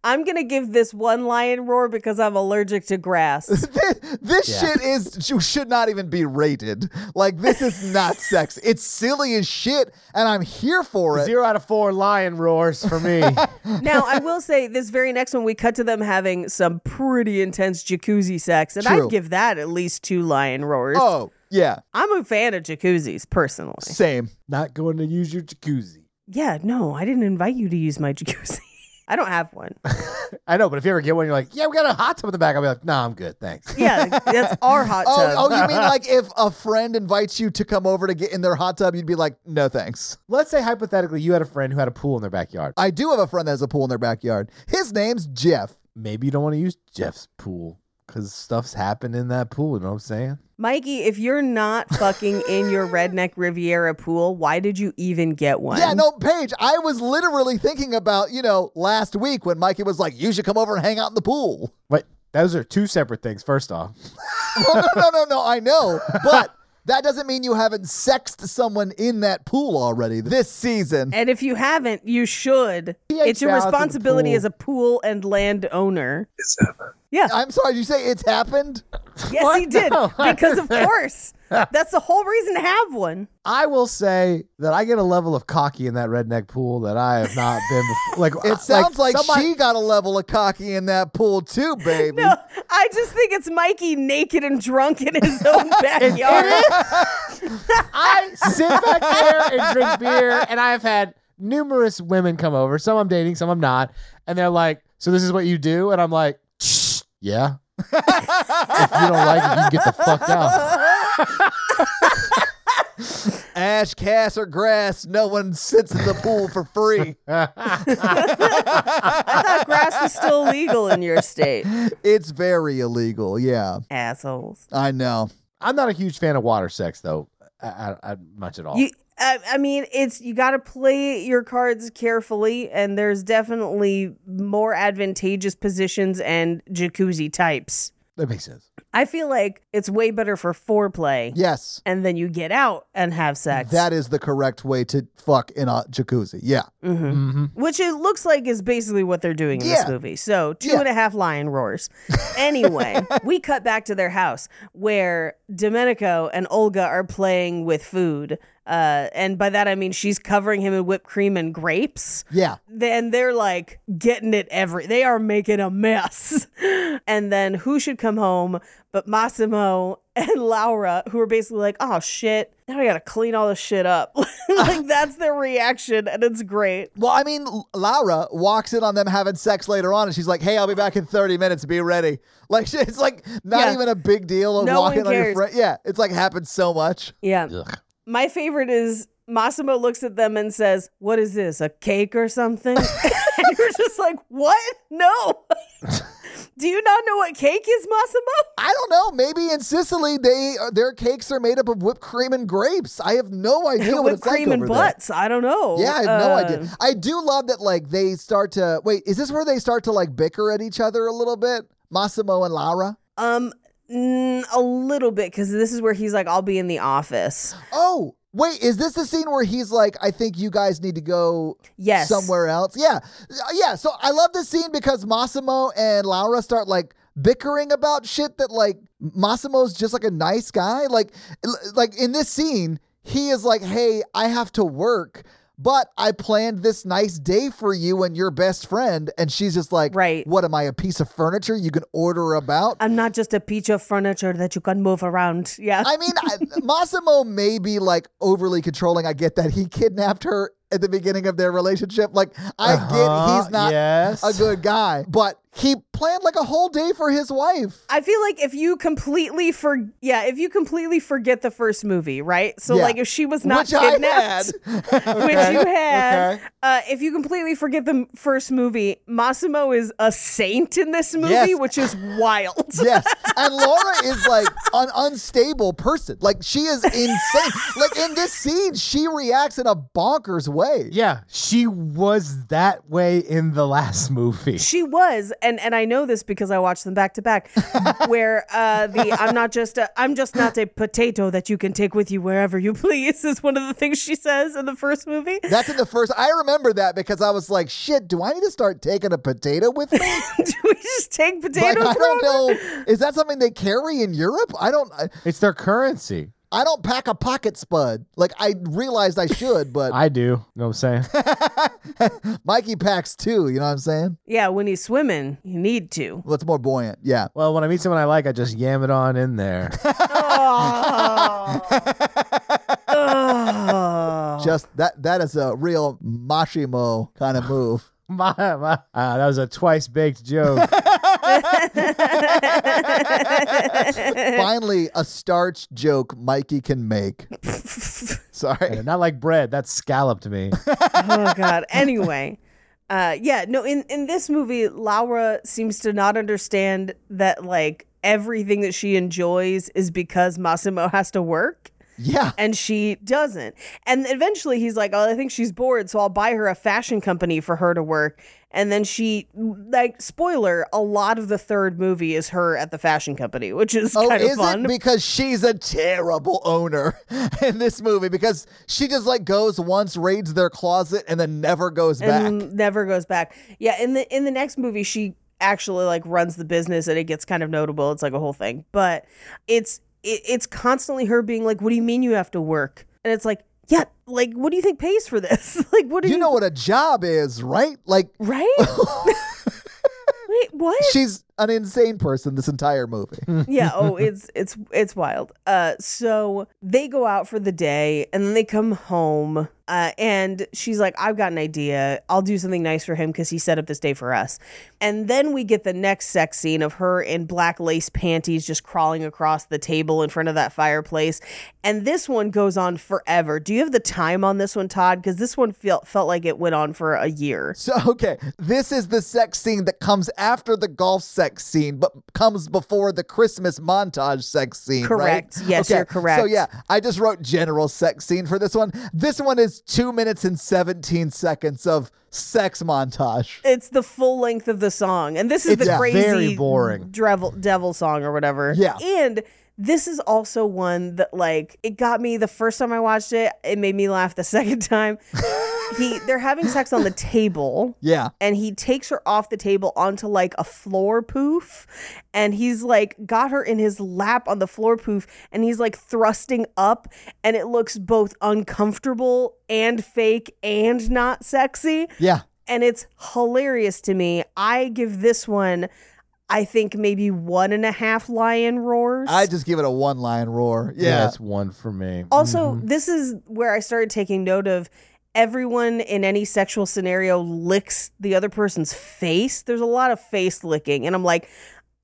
I'm gonna give this one lion roar because I'm allergic to grass.
Thi- this shit is sh- should not even be rated. Like this is not sex. It's silly as shit, and I'm here for it.
zero out of four lion roars for me.
now I will say this very next one we cut to them having some pretty intense jacuzzi sex, and
True.
I'd give that at least two lion roars.
Oh yeah,
I'm a fan of jacuzzis personally.
same.
Not going to use your jacuzzi.
Yeah, no, I didn't invite you to use my jacuzzi. I don't have one.
I know, but if you ever get one, you're like, yeah, we got a hot tub in the back. I'll be like, nah, I'm good, thanks.
Yeah, that's our hot tub.
Oh, oh, you mean like if a friend invites you to come over to get in their hot tub, you'd be like, no thanks.
Let's say hypothetically, you had a friend who had a pool in their backyard.
I do have a friend that has a pool in their backyard. His name's Jeff.
Maybe you don't want to use Jeff's pool because stuff's happened in that pool. You know what I'm saying?
Mikey, if you're not fucking in your redneck Riviera pool, why did you even get one?
Yeah, no, Paige, I was literally thinking about, you know, last week when Mikey was like, you should come over and hang out in the pool.
Wait, those are two separate things. First off,
well, Oh, no, no, no, no, I know. But that doesn't mean you haven't sexed someone in that pool already this season.
And if you haven't, you should.
He ain't
It's your
balanced in the
responsibility
pool.
as a pool and land owner.
I'm sorry, did you say it's happened?
Yes, he did. because of course. That's the whole reason to have one.
I will say that I get a level of cocky in that redneck pool that I have not been before. Like
Uh,
It sounds like,
somebody-
she got a level of cocky in that pool too, baby.
No, I just think it's Mikey naked and drunk in his own backyard.
I sit back there and drink beer, and I have had numerous women come over. Some I'm dating, some I'm not, and they're like, "So this is what you do?" And I'm like, "Shh, "Yeah." if you don't like it, you can get the fuck out.
Ash, Cass, or grass, no one sits in the pool for free.
I thought grass was still legal in your state.
it's very illegal, yeah.
Assholes.
I know.
I'm not a huge fan of water sex, though, I, I, I, much at all.
Oh.
You, I, I mean, it's you got to play your cards carefully, and there's definitely more advantageous positions and jacuzzi types.
that makes sense.
I feel like it's way better for foreplay,
Yes.
and then you get out and have sex.
That is the correct way to fuck in a jacuzzi. Yeah.
Mm-hmm. which it looks like is basically what they're doing in
Mm-hmm. Yeah.
this movie. So two
Yeah.
and a half lion roars. Anyway, we cut back to their house where Domenico and Olga are playing with food. Uh, and by that I mean she's covering him in whipped cream and grapes.
Yeah.
Then they're like getting it every. They are making a mess. And then who should come home but Massimo and Laura, who are basically like, "Oh shit, now I gotta clean all this shit up." like that's their reaction, and it's great.
Well, I mean, L- Laura walks in on them having sex later on, and she's like, "Hey, I'll be back in thirty minutes. Be ready." Like she- it's like not
Yeah.
even a big deal of
No
walking
one
on your
cares.
friend. Yeah, it's like happened so much.
Yeah.
Ugh.
My favorite is Massimo looks at them and says, What is this? A cake or something? and you're just like, What? No. Do you not know what cake is, Massimo?
I don't know. Maybe in Sicily, they their cakes are made up of whipped cream and grapes. I have no idea what
With
it's like
cream and
over there.
butts. I don't know.
Yeah, I have no
Uh,
idea. I do love that. Like they start to wait. Is this where they start to like bicker at each other a little bit? Massimo and Laura.
Um, mm, a little bit because this is where he's like, I'll be in the office.
Oh, Wait, is this the scene where he's like, I think you guys need to go
Yes.
somewhere else? Yeah. Yeah. So I love this scene because Massimo and Laura start like bickering about shit that like Massimo's just like a nice guy. Like, l- like in this scene, he is like, Hey, I have to work, but I planned this nice day for you and your best friend. And she's just like,
Right.
What am I, a piece of furniture you can order about?
I'm not just a piece of furniture that you can move around. Yeah.
I mean, I, Massimo may be like overly controlling. I get that he kidnapped her at the beginning of their relationship. Like, I
Uh-huh,
get he's not
yes.
a good guy, but he planned like a whole day for his wife.
I feel like if you completely for yeah, if you completely forget the first movie, right? So
Yeah.
like if she was not
Which I
kidnapped,
Okay,
which you had,
okay.
uh, if you completely forget the m- first movie, Massimo is a saint in this movie,
Yes.
which is wild.
Yes. And Laura is like an unstable person. Like, she is insane. like, in this scene, she reacts in a bonkers way.
Yeah, she was that way in the last movie.
She was, and and I know this because I watched them back to back, where uh, the I'm not just a, I'm just not a potato that you can take with you wherever you please is one of the things she says in the first movie.
That's in the first. I remember that because I was like, shit, do I need to start taking a potato with me?
Do we just take
Like,
potatoes?
I
around?
don't know. Is that something they carry in Europe? I don't. I,
It's their currency.
I don't pack a pocket spud. Like I realized I should, but
I do. You know what I'm saying?
Mikey packs too. You know what I'm saying?
Yeah, when he's swimming, you need to.
Well, it's more buoyant. Yeah.
well, when I meet someone I like, I just yam it on in there.
Ugh.
Just that. That is a real Mashimo kind of move.
my, my, ah, that was a twice baked joke.
Finally, a starch joke Mikey can make. Sorry.
Not like bread. That scalloped me.
oh god anyway uh yeah no in in this movie laura seems to not understand that like everything that she enjoys is because massimo has to work
Yeah.
and she doesn't and eventually he's like oh i think she's bored so i'll buy her a fashion company for her to work and then she like spoiler a lot of the third movie is her at the fashion company which is
Oh,
kind of
is
fun
it because she's a terrible owner in this movie? Because she just like goes once, raids their closet, and then never goes back.
and never goes back. Yeah, in the in the next movie she actually like runs the business and it gets kind of notable. It's like a whole thing. But it's it, it's constantly her being like, "What do you mean you have to work?" And it's like, "Yeah, like what do you think pays for this? like what do you,
you know what a job is, right? Like
right?" Wait, what?
she's an insane person this entire movie.
yeah oh it's it's it's wild uh so they go out for the day and then they come home uh and she's like i've got an idea i'll do something nice for him because he set up this day for us and then we get the next sex scene of her in black lace panties just crawling across the table in front of that fireplace and this one goes on forever do you have the time on this one todd because this one felt felt like it went on for a year
So okay, this is the sex scene that comes after the golf sex scene, but comes before the Christmas montage sex scene.
Correct.
Right?
Yes, you're correct.
So yeah, I just wrote general sex scene for this one. This one is two minutes and seventeen seconds of sex montage.
it's the full length of the song, and this is
It's
the crazy,
very boring.
devil devil song or whatever.
Yeah.
and this is also one that like it got me the first time I watched it. It made me laugh the second time. he they're having sex on the table.
Yeah.
And he takes her off the table onto like a floor poof. And he's like, got her in his lap on the floor poof. And he's like thrusting up. And it looks both uncomfortable and fake and not sexy
Yeah.
and it's hilarious to me. I give this one, I think maybe one and a half lion roars.
I just give it a one line roar.
Yeah,
Yeah.
it's one for me.
also, this is where I started taking note of everyone in any sexual scenario licks the other person's face. There's a lot of face licking, and I'm like.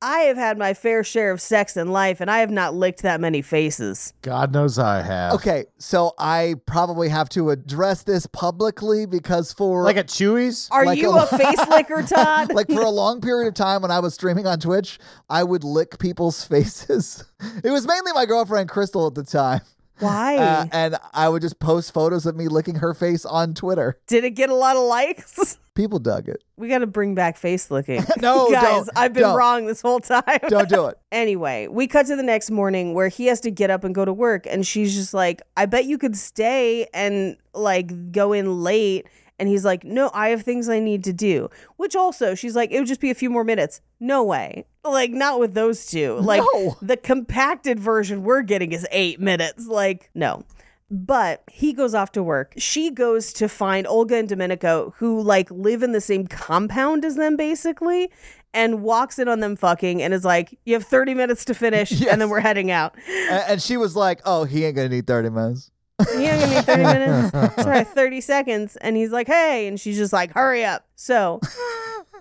I have had my fair share of sex in life, and I have not licked that many faces.
Mm-hmm. God knows I have.
Okay, so I probably have to address this publicly because for
Like at Chewy's?
Are
Like
you
a-
a, face licker, Todd?
like for a long period of time when I was streaming on Twitch, I would lick people's faces. It was mainly my girlfriend Crystal at the time.
Why
Uh, and I would just post photos of me licking her face on Twitter.
did it get a lot of likes?
People dug it.
We got to bring back face looking.
No,
guys,
don't,
I've been
don't.
wrong this whole time.
Don't do it.
Anyway, we cut to the next morning where he has to get up and go to work. And she's just like, I bet you could stay and like go in late. And he's like, No, I have things I need to do. Which also, she's like, It would just be a few more minutes. No way. Like, not with those two. Like,
No.
the compacted version we're getting is eight minutes. Like, no. But he goes off to work. She goes to find Olga and Domenico, who like live in the same compound as them, basically, and walks in on them fucking and is like, You have 30 minutes to finish, and then we're heading out.
A- And, she was like, "Oh, he ain't gonna need thirty minutes."
You know, give me 30 minutes. Sorry, 30 seconds. And he's like, hey. And she's just like, hurry up. So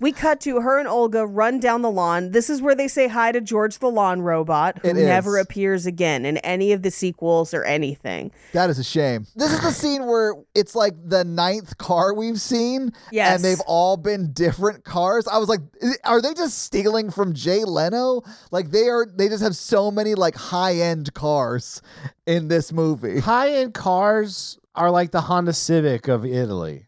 we cut to her and Olga run down the lawn. This is where they say hi to George the lawn robot, who
It is.
never appears again in any of the sequels or anything.
That is a shame. This is the scene where it's like the ninth car we've seen,
Yes.
and they've all been different cars. I was like, "I- "Are they just stealing from Jay Leno? Like they are? They just have so many like high end cars in this movie.
High end cars are like the Honda Civic of Italy.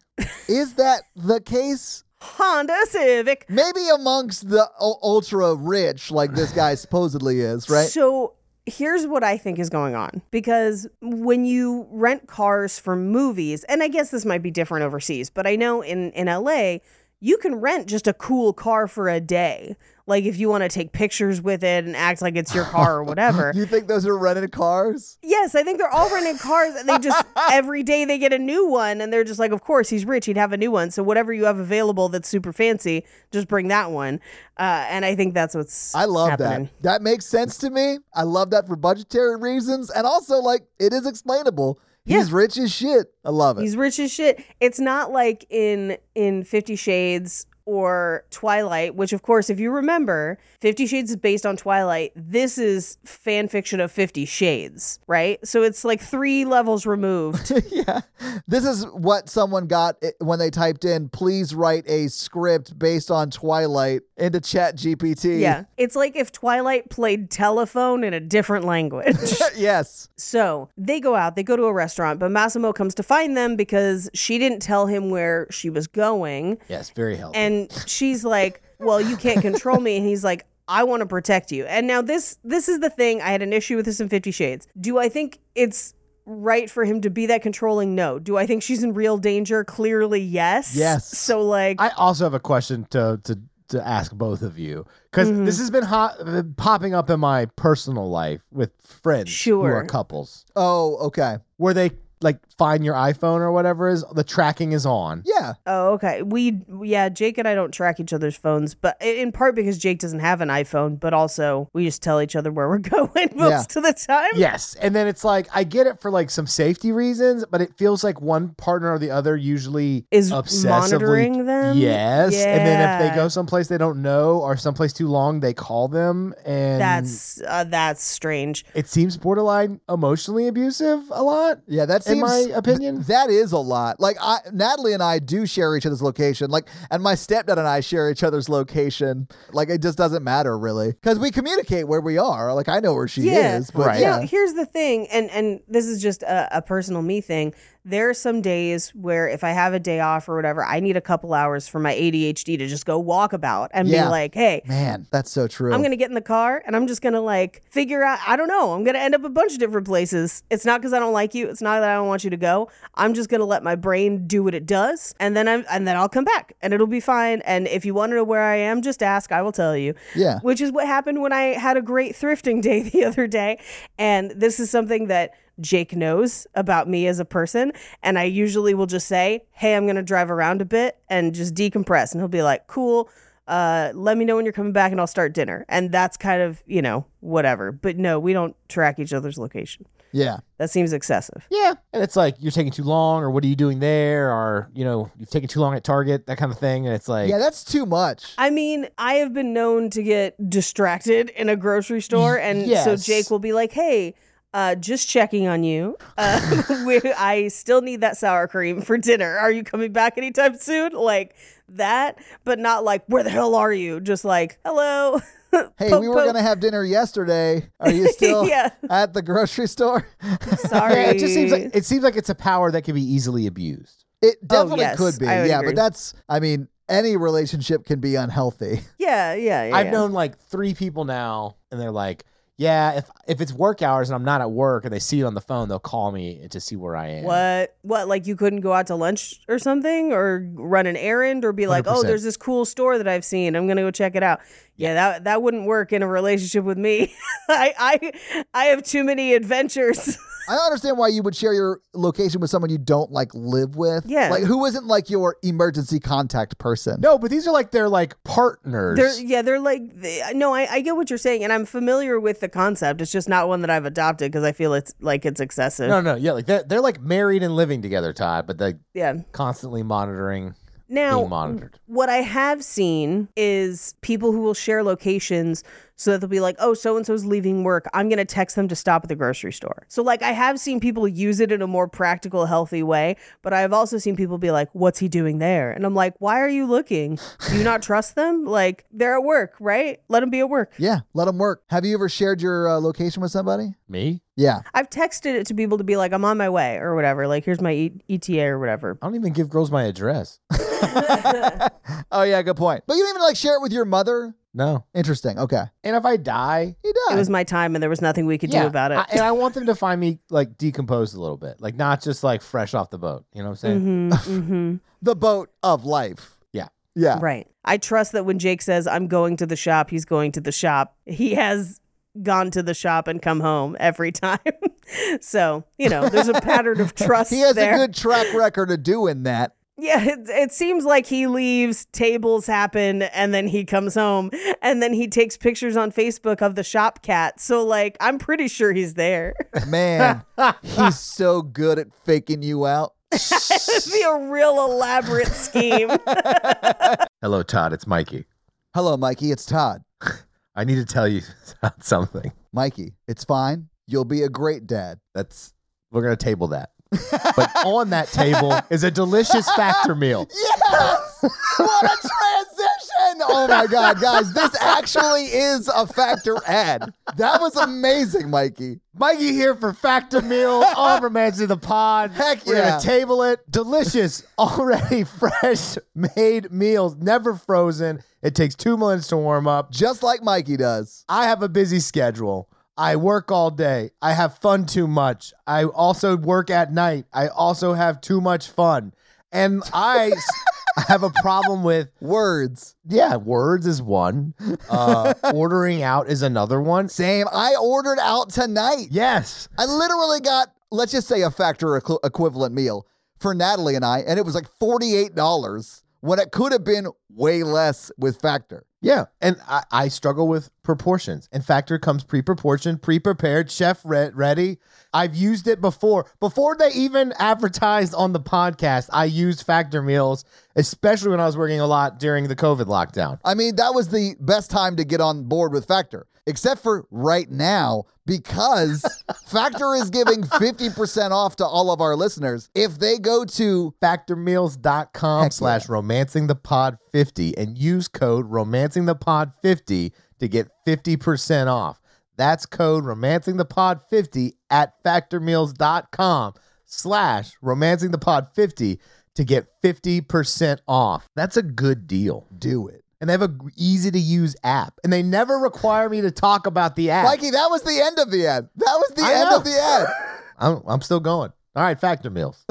Is that the case?
Honda Civic.
Maybe amongst the u- ultra rich, like this guy supposedly is, right?
So here's what I think is going on because when you rent cars for movies, and I guess this might be different overseas, but I know in, in LA, you can rent just a cool car for a day. Like if you want to take pictures with it and act like it's your car or whatever.
You think those are rented cars?
Yes, I think they're all rented cars and they just every day they get a new one and they're just like, of course he's rich, he'd have a new one. So whatever you have available that's super fancy, just bring that one. Uh, and I think that's what's
I love
happening.
that. That makes sense to me. I love that for budgetary reasons, and also like it is explainable. He's rich as shit. I love it.
He's rich as shit. It's not like in in Fifty Shades or Twilight, which of course, if you remember, Fifty Shades is based on Twilight. This is fan fiction of Fifty Shades, right? So it's like three levels removed.
yeah. This is what someone got i- when they typed in, please write a script based on Twilight into Chat GPT.
yeah. It's like if Twilight played telephone in a different language.
yes.
So they go out, they go to a restaurant, but Massimo comes to find them because she didn't tell him where she was going.
Yes, very healthy.
and she's like well you can't control me and he's like i want to protect you and now this this is the thing i had an issue with this in 50 shades do i think it's right for him to be that controlling no do i think she's in real danger clearly yes
Yes.
so like
I also have a question to to to ask both of you because
Mm-hmm.
this has been hot, been popping up in my personal life with friends who
Sure.
are couples
Oh, okay.
where they like find your iPhone or whatever is the tracking is on.
Yeah.
oh okay we yeah jake and i don't track each other's phones but in part because jake doesn't have an iphone but also we just tell each other where we're going most of the time
Yes, and then it's like I get it for like some safety reasons, but it feels like one partner or the other usually
Is
obsessively
monitoring them?
Yes, and then if
Yeah.
they go someplace they don't know or someplace too long, they call them, and
that's uh, that's strange
it seems borderline emotionally abusive a lot.
Yeah, that
in
seems
my opinion.
th- that is a lot. Like I Natalie and I do share each other's location. Like and my stepdad and I share each other's location. Like it just doesn't matter really cuz we communicate where we are. Like I know where she is, but
Right.
yeah.
Now, here's the thing, and and this is just a, a personal me thing. There are some days where if I have a day off or whatever, I need a couple hours for my ADHD to just go walk about and
Yeah.
be like, hey.
Man, that's so true.
I'm gonna get in the car and I'm just gonna like figure out. I don't know. I'm gonna end up a bunch of different places. It's not because I don't like you. It's not that I don't want you to go. I'm just gonna let my brain do what it does, and then I'm and then I'll come back and it'll be fine. And if you want to know where I am, just ask. I will tell you.
Yeah.
Which is what happened when I had a great thrifting day the other day, and this is something that. Jake knows about me as a person, and I usually will just say, Hey, I'm gonna drive around a bit and just decompress. And he'll be like, Cool, uh, let me know when you're coming back and I'll start dinner. And that's kind of, you know, whatever. But no, we don't track each other's location.
yeah.
That seems excessive.
Yeah, and it's like you're taking too long, or what are you doing there, or you know you've taken too long at Target, that kind of thing. And it's like,
Yeah, that's too much.
I mean, I have been known to get distracted in a grocery store. And so
yes.
Jake will be like, hey, uh, just checking on you. Uh, we, I still need that sour cream for dinner. Are you coming back anytime soon? Like that, but not like, where the hell are you? Just like, hello.
Hey,
Poke,
we were
poke.
gonna have dinner yesterday. Are you still
Yeah.
at the grocery store?
Sorry.
Yeah, it just seems like it seems like it's a power that can be easily abused.
It definitely
Oh, yes,
could be.
I would
Yeah,
agree.
but that's I mean, any relationship can be unhealthy.
Yeah, yeah, yeah.
I've
yeah.
known like three people now, and they're like, "Yeah, if if it's work hours and I'm not at work, and they see it on the phone, they'll call me to see where I am."
What? What? Like you couldn't go out to lunch or something, or run an errand, or be like, "Oh,
100%.
there's this cool store that I've seen. I'm gonna go check it out." Yeah, that that wouldn't work in a relationship with me. I I I have too many adventures.
I understand why you would share your location with someone you don't like live with.
Yeah.
Like who isn't like your emergency contact person?
No, but these are like they're like partners.
they're yeah, they're like they, no. I I get what you're saying, and I'm familiar with the concept. It's just not one that I've adopted because I feel it's like it's excessive.
no, no, yeah, like they're, they're like married and living together, Todd, but they're
Yeah.
constantly monitoring,
Now
being monitored.
What I have seen is people who will share locations so that they'll be like, oh, so and so's leaving work. I'm going to text them to stop at the grocery store. So, like, I have seen people use it in a more practical, healthy way, but I've also seen people be like, what's he doing there? And I'm like, why are you looking? Do you not trust them? Like, they're at work, right? Let them be at work.
Yeah, let them work. Have you ever shared your uh, location with somebody?
Me?
Yeah.
I've texted it to people to be like, I'm on my way or whatever. Like, here's my e- ETA or whatever.
I don't even give girls my address.
Oh yeah, good point. But you don't even like share it with your mother?
No.
Interesting. Okay.
And if I die,
He
It
does.
was my time and there was nothing we could do about it.
I- and I want them to find me like decomposed a little bit, like not just like fresh off the boat. You know what I'm saying?
Mhm, mhm.
the boat of life.
Yeah.
Yeah.
Right. I trust that when Jake says, I'm going to the shop, he's going to the shop. He has gone to the shop and come home every time. so, you know, there's a pattern of trust
He has
there.
a good track record of doing that.
yeah, it, it seems like he leaves, tables happen, and then he comes home. And then he takes pictures on Facebook of the shop cat. So, like, I'm pretty sure he's there.
Man, he's so good at faking you out.
It'd be a real elaborate scheme.
Hello, Todd. It's Mikey.
Hello, Mikey. It's Todd.
I need to tell you something.
Mikey, it's fine. You'll be a great dad.
That's we're gonna table that. But on that table is a delicious factor meal.
Yes! What a transition! Oh my God, guys, this actually is a factor ad. That was amazing, Mikey.
Mikey here for Factor Meal on Romance of the Pod.
Heck
We're
yeah.
gonna table it. Delicious, already fresh made meals, never frozen. It takes two months to warm up.
Just like Mikey does.
I have a busy schedule. I work all day. I have fun too much. I also work at night. I also have too much fun. And I s- I have a problem with,
Words.
yeah, words is one. Uh, ordering out is another one. uh,
Same. I ordered out tonight.
Yes.
I literally got, let's just say, a factor equ- equivalent meal for Natalie and I, and it was like $48 when it could have been way less with factor.
Yeah. And I, I struggle with proportions. And Factor comes pre proportioned, pre prepared, chef re- ready. I've used it before. Before they even advertised on the podcast, I used Factor meals, especially when I was working a lot during the COVID lockdown.
I mean, that was the best time to get on board with Factor, except for right now, because Factor is giving 50% off to all of our listeners. If they go to
factormeals.com
Heck
slash romancing the pod 50 and use code romancing the pod 50 to get 50% off that's code romancing the pod 50 at factormeals.com slash romancing the pod 50 to get 50% off that's a good deal
do it.
and they have a g- easy to use app and they never require me to talk about the app
Mikey, that was the end of the ad. That was the
I
end
know.
of the ad.
I'm, I'm still going all right factor meals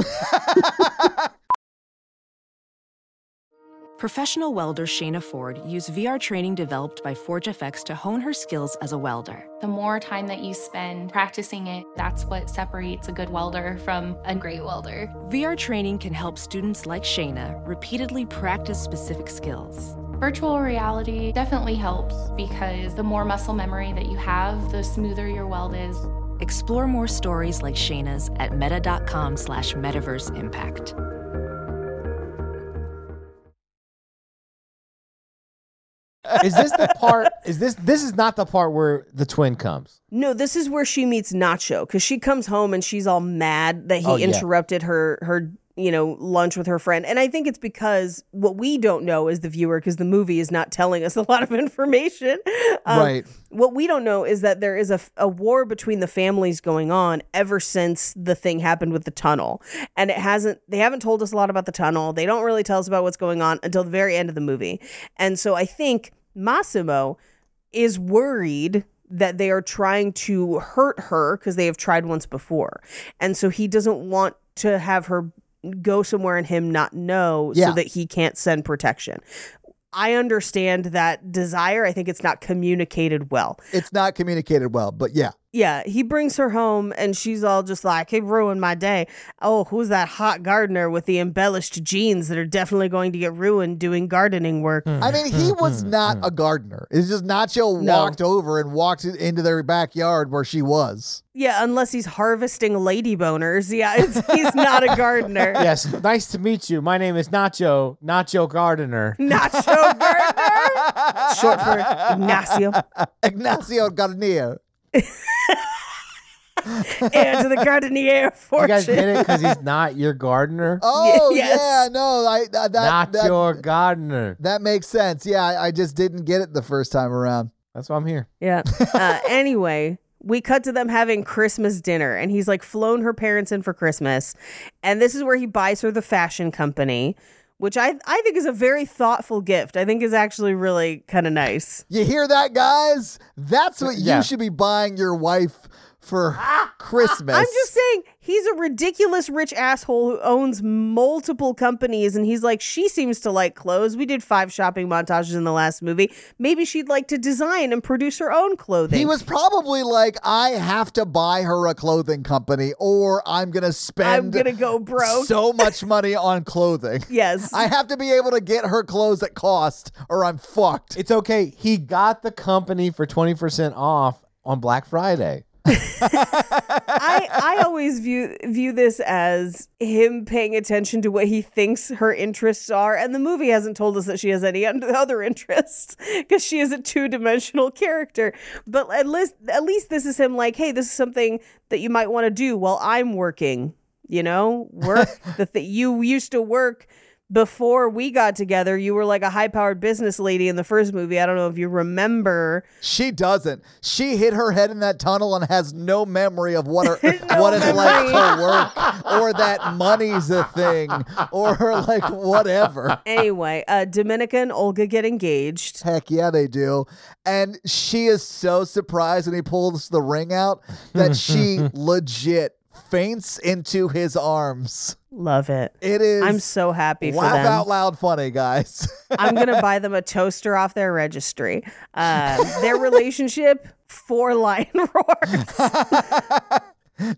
Professional welder Shayna Ford used VR training developed by ForgeFX to hone her skills as a welder.
The more time that you spend practicing it, that's what separates a good welder from a great welder.
VR training can help students like Shayna repeatedly practice specific skills.
Virtual reality definitely helps because the more muscle memory that you have, the smoother your weld is.
Explore more stories like Shayna's at meta.com slash metaverse impact.
is this the part is this this is not the part where the twin comes
No, this is where she meets Nacho because she comes home and she's all mad that he
Oh, yeah.
interrupted her her you know, lunch with her friend. And I think it's because what we don't know as the viewer, because the movie is not telling us a lot of information. um,
Right.
What we don't know is that there is a, f- a war between the families going on ever since the thing happened with the tunnel. And it hasn't, they haven't told us a lot about the tunnel. They don't really tell us about what's going on until the very end of the movie. And so I think Massimo is worried that they are trying to hurt her because they have tried once before. And so he doesn't want to have her go somewhere and him not know
Yeah.
so that he can't send protection. I understand that desire. I think it's not communicated well.
It's not communicated well, but yeah.
Yeah, he brings her home and she's all just like, he ruined my day. Oh, who's that hot gardener with the embellished jeans that are definitely going to get ruined doing gardening work?
Hmm.
I mean, he was not a gardener. It's just Nacho
No.
walked over and walked into their backyard where she was.
Yeah, unless he's harvesting lady boners. Yeah, it's, he's not a gardener.
Yes, nice to meet you. My name is Nacho, Nacho Gardener.
Nacho Gardener, short for Ignacio.
Ignacio Garnier.
Heir to the Gardenier
You guys get
fortune.
it because he's not your gardener.
Oh
yes.
yeah, no, I that that,
not
that,
your gardener.
that makes sense. Yeah, I, I just didn't get it the first time around.
That's why I'm here.
Yeah. Uh, anyway, we cut to them having Christmas dinner, and he's like flown her parents in for Christmas, and this is where he buys her the fashion company, which I I think is a very thoughtful gift. I think is actually really kind of nice.
You hear that, guys? That's what
Yeah.
you should be buying your wife for Christmas.
Ah, I'm just saying he's a ridiculous rich asshole who owns multiple companies and he's like she seems to like clothes. We did five shopping montages in the last movie. Maybe she'd like to design and produce her own clothing.
He was probably like, I have to buy her a clothing company or I'm going to
I'm
spend
going to go broke.
so much money on clothing.
yes.
I have to be able to get her clothes at cost or I'm fucked.
It's okay. He got the company for 20% off on Black Friday.
I I always view view this as him paying attention to what he thinks her interests are, and the movie hasn't told us that she has any un- other interests because she is a two dimensional character. But at least at least this is him like, hey, this is something that you might want to do while I'm working. You know, work the th- you used to work. Before we got together, you were like a high powered business lady in the first movie. I don't know if you remember.
She doesn't. She hit her head in that tunnel and has no memory of what her
No
what it's like
memory.
to work or that money's a thing or like whatever.
Anyway, uh, Dominica and Olga get engaged.
Heck yeah, they do. And she is so surprised when he pulls the ring out that she legit faints into his arms.
Love it.
It is
I'm so happy for
laugh
them.
out loud funny, guys.
I'm gonna buy them a toaster off their registry. Uh, their relationship, four lion roars.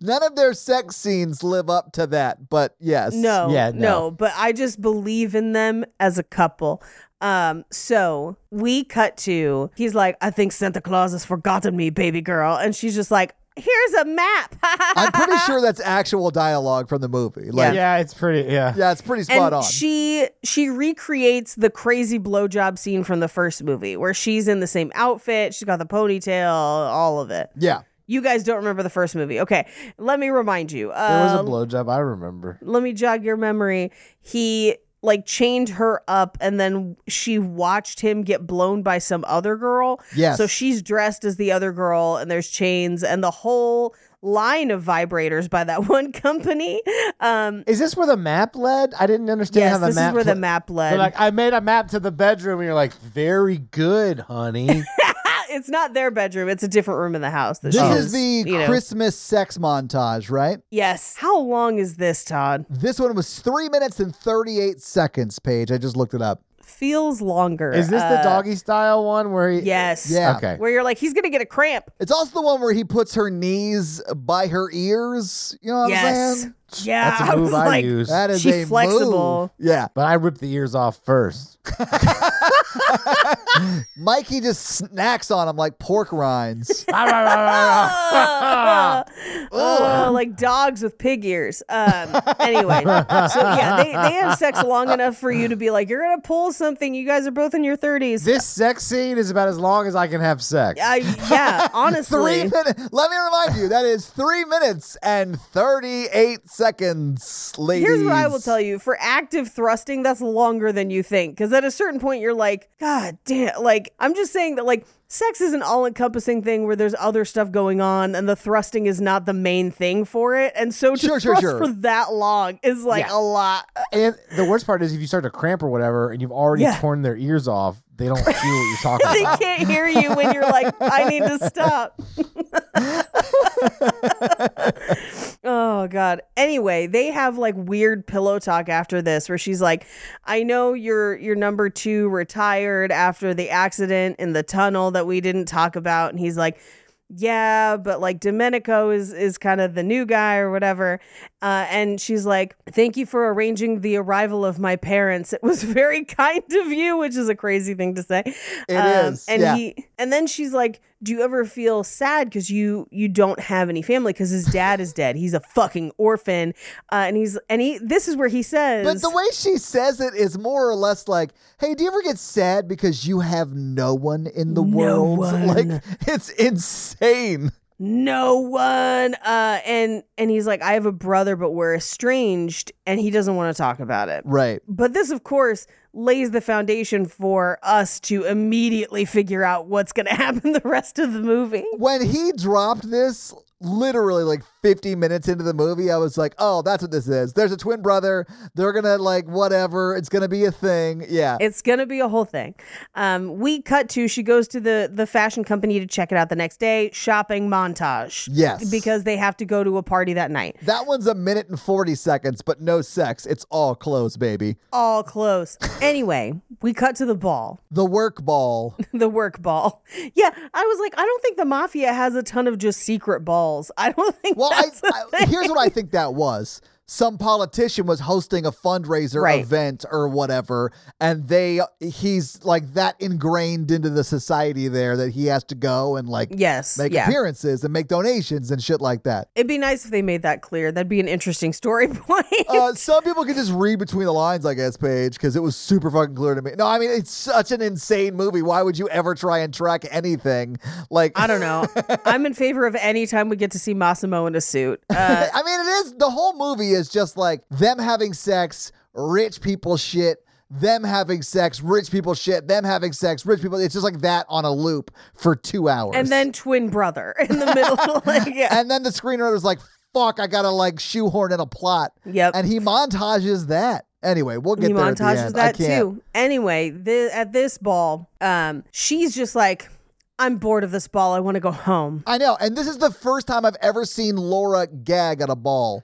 None of their sex scenes live up to that, but yes.
No,
Yeah,
no,
no.
But I just believe in them as a couple. Um, so we cut to he's like, I think Santa Claus has forgotten me, baby girl, and she's just like, Here's a map.
I'm pretty sure that's actual dialogue from the movie. Like, yeah,
Yeah, it's pretty. Yeah.
it's pretty spot
and
on.
she she recreates the crazy blowjob scene from the first movie where she's in the same outfit, she's got the ponytail, all of it.
yeah.
You guys don't remember the first movie. Okay, let me remind you.
There was
Uh,
a blowjob. I remember.
let me jog your memory. He like chained her up and then she watched him get blown by some other girl.
Yes.
So she's dressed as the other girl and there's chains and the whole line of vibrators by that one company. Um
Is this where the map led? I didn't understand how
yes,
the
this
map
is where the
pl-
map
They're
led.
like, I made a map to the bedroom, and you're like, very good, honey.
it's not their bedroom, it's a different room in the house. That
This
she
is the
you know.
Christmas sex montage, right?
Yes. How long is this, Todd?
This one was three minutes and 38 seconds, Paige. I just looked it up.
Feels longer.
is this the
Uh,
doggy style one where he?
Yes.
Yeah.
Okay.
Where you're like, he's gonna get a cramp.
It's also the one where he puts her knees by her ears. You know what I'm
yes.
saying?
Yeah.
That's a
I
move
was
I
like,
use.
That is
She's
a move.
flexible.
Yeah.
But I ripped the ears off first.
Mikey just snacks on him like pork rinds.
Oh, like dogs with pig ears. Um, anyway, so yeah, they, they have sex long enough for you to be like, you're gonna pull something. You guys are both in your thirties.
This sex scene is about as long as I can have sex.
I, yeah,
three
honestly,
minutes. Let me remind you, that is three minutes and 38 seconds, ladies.
here's what I will tell you: for active thrusting, that's longer than you think. Because at a certain point, you're like, God damn! Like, I'm just saying that like. Sex is an all-encompassing thing where there's other stuff going on, and the thrusting is not the main thing for it. And so to
Sure, sure,
thrust
sure.
for that long is like a lot.
And the worst part is if you start to cramp or whatever and you've already
Yeah.
torn their ears off, they don't feel what you're talking
they
about.
can't hear you when you're like, I need to stop. oh God. Anyway, they have like weird pillow talk after this where she's like, I know your your number two retired after the accident in the tunnel that we didn't talk about. And he's like, yeah, but like Domenico is is kind of the new guy or whatever. Uh, and she's like, "Thank you for arranging the arrival of my parents. It was very kind of you," which is a crazy thing to say. It is.
is,
And
yeah.
he and then she's like, "Do you ever feel sad because you you don't have any family because his dad is dead? He's a fucking orphan." Uh, and he's and he this is where he says,
But the way she says it is more or less like, "Hey, do you ever get sad because you have no one in the world?"
one.
Like it's insane.
no one uh and and he's like i have a brother but we're estranged and he doesn't want to talk about it
Right.
But this, of course, lays the foundation for us to immediately figure out what's going to happen the rest of the movie.
When he dropped this literally like 50 minutes into the movie, I was like, "Oh, that's what this is. There's a twin brother. They're going to like whatever. It's going to be a thing." Yeah.
It's going to be a whole thing. Um, we cut to she goes to the the fashion company to check it out the next day. Shopping montage.
Yes.
because they have to go to a party that night.
that one's a minute and 40 seconds, but no sex. It's all clothes, baby.
All close. anyway, we cut to the ball,
The work ball.
the work ball. Yeah, I was like, I don't think the mafia has a ton of just secret balls. I don't think.
Well, I,
that's a
I,
thing.
here's what I think that was. Some politician was hosting a fundraiser
Right.
event or whatever, and they he's like that ingrained into the society there that he has to go and like
Yes,
make
yeah.
appearances and make donations and shit like that.
It'd be nice if they made that clear. That'd be an interesting story point.
Uh, some people can just read between the lines, I guess, Paige, because it was super fucking clear to me. No, I mean it's such an insane movie. Why would you ever try and track anything? Like
I don't know. I'm in favor of any time we get to see Massimo in a suit. Uh,
I mean, it is the whole movie is just like them having sex, rich people shit, them having sex, rich people shit, them having sex, rich people. It's just like that on a loop for two hours.
and then twin brother in the middle. like, yeah.
and then the screenwriter's like, "Fuck, I gotta like shoehorn in a plot."
Yep.
And he montages that. Anyway, we'll get
He
there. at the
montages
end. I
that
can't.
too. Anyway, the, at this ball, um, she's just like, I'm bored of this ball. I want to go home.
I know, and this is the first time I've ever seen Laura gag at a ball.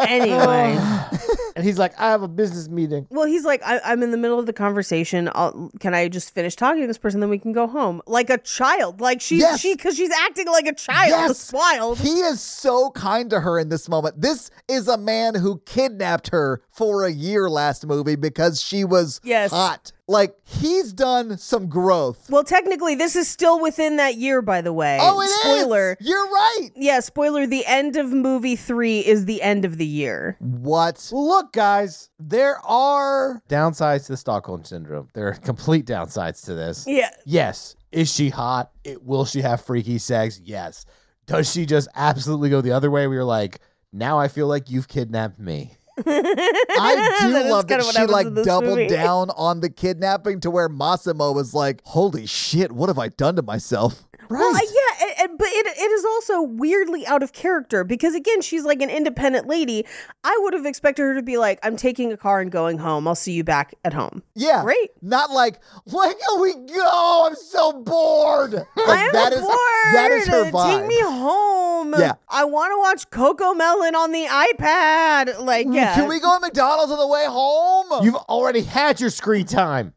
Anyway.
Oh.
And he's like, I have a business meeting.
Well, he's like, I, I'm in the middle of the conversation. I'll, can I just finish talking to this person, then we can go home? Like a child, like she's
Yes.
she because she's acting like a child. It's wild.
He is so kind to her in this moment. This is a man who kidnapped her for a year last movie because she was
Yes.
hot. Like he's done some growth.
well, technically, this is still within that year, by the way.
Oh, it is.
spoiler.
You're right.
Yeah, spoiler. The end of movie three is the end of the year.
What?
Well, look, guys, there are downsides to the Stockholm syndrome. There are complete downsides to this.
Yeah.
Yes. Is she hot? It, will she have freaky sex? Yes. Does she just absolutely go the other way? We were like, now I feel like you've kidnapped me.
I do
That is
love
kinda
that
what
she
happens
like
in this
doubled
movie.
down on the kidnapping to where Massimo was like, "Holy shit, what have I done to myself?" Right.
Well, uh, yeah, and, and- but it, it is also weirdly out of character because again, she's like an independent lady. I would have expected her to be like, "I'm taking a car and going home. I'll see you back at home."
Yeah.
Great.
Not like, when can we go? I'm so bored. Like,
I'm
that is-
bored.
that is her vibe.
Take me home.
Yeah.
I want to watch Coco Melon on the iPad. Like, yeah.
Mm, Can we go to McDonald's on the way home?
You've already had your screen time.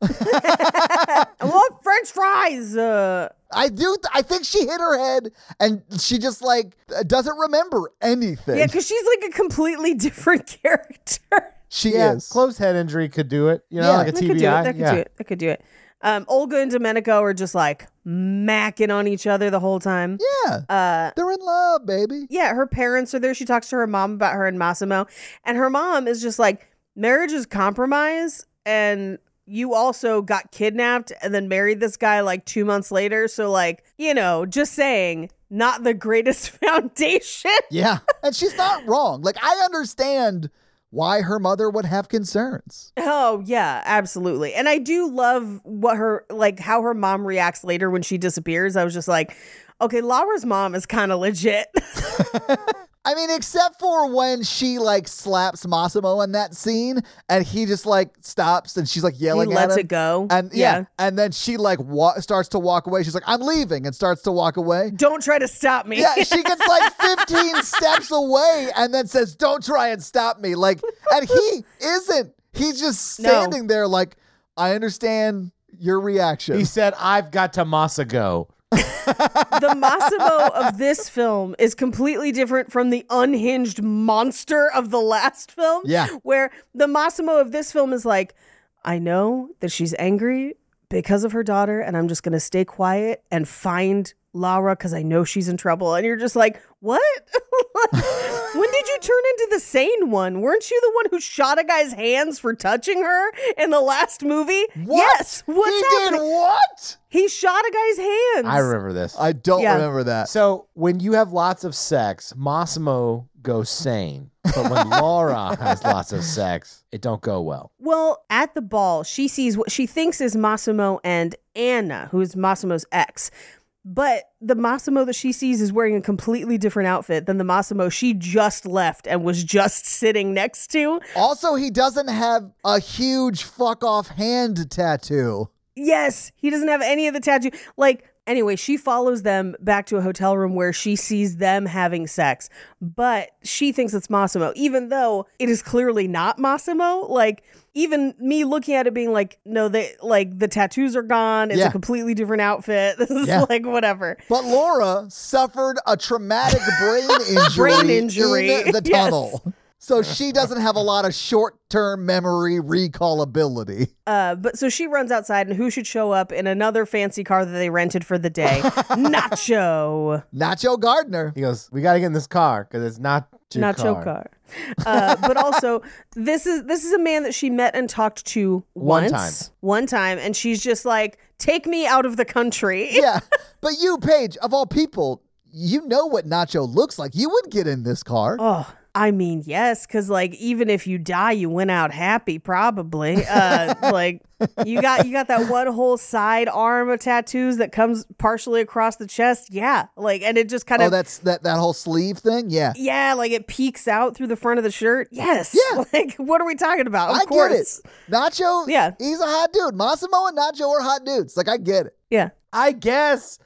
I want French fries. Uh,
I do. Th- I think she hit her head, and she just like doesn't remember anything.
yeah, because she's like a completely different character.
She
yeah,
is.
closed head injury could do it. You know,
Yeah.
like a
That
TBI.
could do it. That could
yeah.
do it. That could do it. Um, Olga and Domenico are just like macking on each other the whole time.
Yeah.
Uh,
They're in love, baby.
yeah, her parents are there. She talks to her mom about her and Massimo, and her mom is just like, marriage is compromise, and you also got kidnapped and then married this guy like two months later. So like, you know, just saying, not the greatest foundation.
Yeah. and she's not wrong. Like, I understand why her mother would have concerns.
Oh yeah, absolutely. And I do love what her like how her mom reacts later when she disappears. I was just like, okay, Laura's mom is kind of legit.
I mean, except for when she like slaps Massimo in that scene and he just like stops and she's like
he
yelling at
lets
him.
it go.
And yeah. And then she like wa- starts to walk away. She's like, I'm leaving and starts to walk away.
Don't try to stop me.
Yeah, she gets like 15 steps away and then says, Don't try and stop me. Like, and he isn't. He's just
No.
standing there, like, I understand your reaction.
He said, "I've got to Masago."
the Massimo of this film is completely different from the unhinged monster of the last film.
Yeah.
Where the Massimo of this film is like, I know that she's angry because of her daughter, and I'm just going to stay quiet and find Laura because I know she's in trouble. And you're just like, what? when did you turn into the sane one? Weren't you the one who shot a guy's hands for touching her in the last movie?
What?
Yes. What's
he
happening?
did what?
He shot a guy's hands.
I remember this.
I don't
Yeah.
remember that.
So when you have lots of sex, Massimo goes sane. But when Laura has lots of sex, it don't go well.
Well, at the ball, she sees what she thinks is Massimo and Anna, who is Massimo's ex. But the Massimo that she sees is wearing a completely different outfit than the Massimo she just left and was just sitting next to.
Also, he doesn't have a huge fuck off hand tattoo.
Yes, he doesn't have any of the tattoo. Like, anyway, she follows them back to a hotel room where she sees them having sex, but she thinks it's Massimo, even though it is clearly not Massimo. Like, even me looking at it being like, no, they like the tattoos are gone. It's
Yeah.
a completely different outfit. This is
Yeah.
like whatever.
But Laura suffered a traumatic brain injury,
Brain injury.
in the
Yes.
tunnel. So she doesn't have a lot of short term memory recallability.
Uh, but so she runs outside, and who should show up in another fancy car that they rented for the day? Nacho.
Nacho Gardner.
He goes, "We got to get in this car because it's not your
Nacho
car."
car. Uh, but also, this is this is a man that she met and talked to
One
once,
time.
one time, and she's just like, "Take me out of the country."
yeah. But you, Paige, of all people, you know what Nacho looks like. You would get in this car.
Oh, I mean, yes, because like even if you die, you went out happy, probably. Uh, like you got you got that one whole side arm of tattoos that comes partially across the chest. Yeah, like and it just kind
oh,
of
that's that that whole sleeve thing. Yeah.
yeah, like it peeks out through the front of the shirt. Yes.
Yeah.
Like what are we talking about? Of
I
course.
get it. Nacho,
Yeah.
he's a hot dude. Massimo and Nacho are hot dudes. Like I get it.
Yeah.
I guess,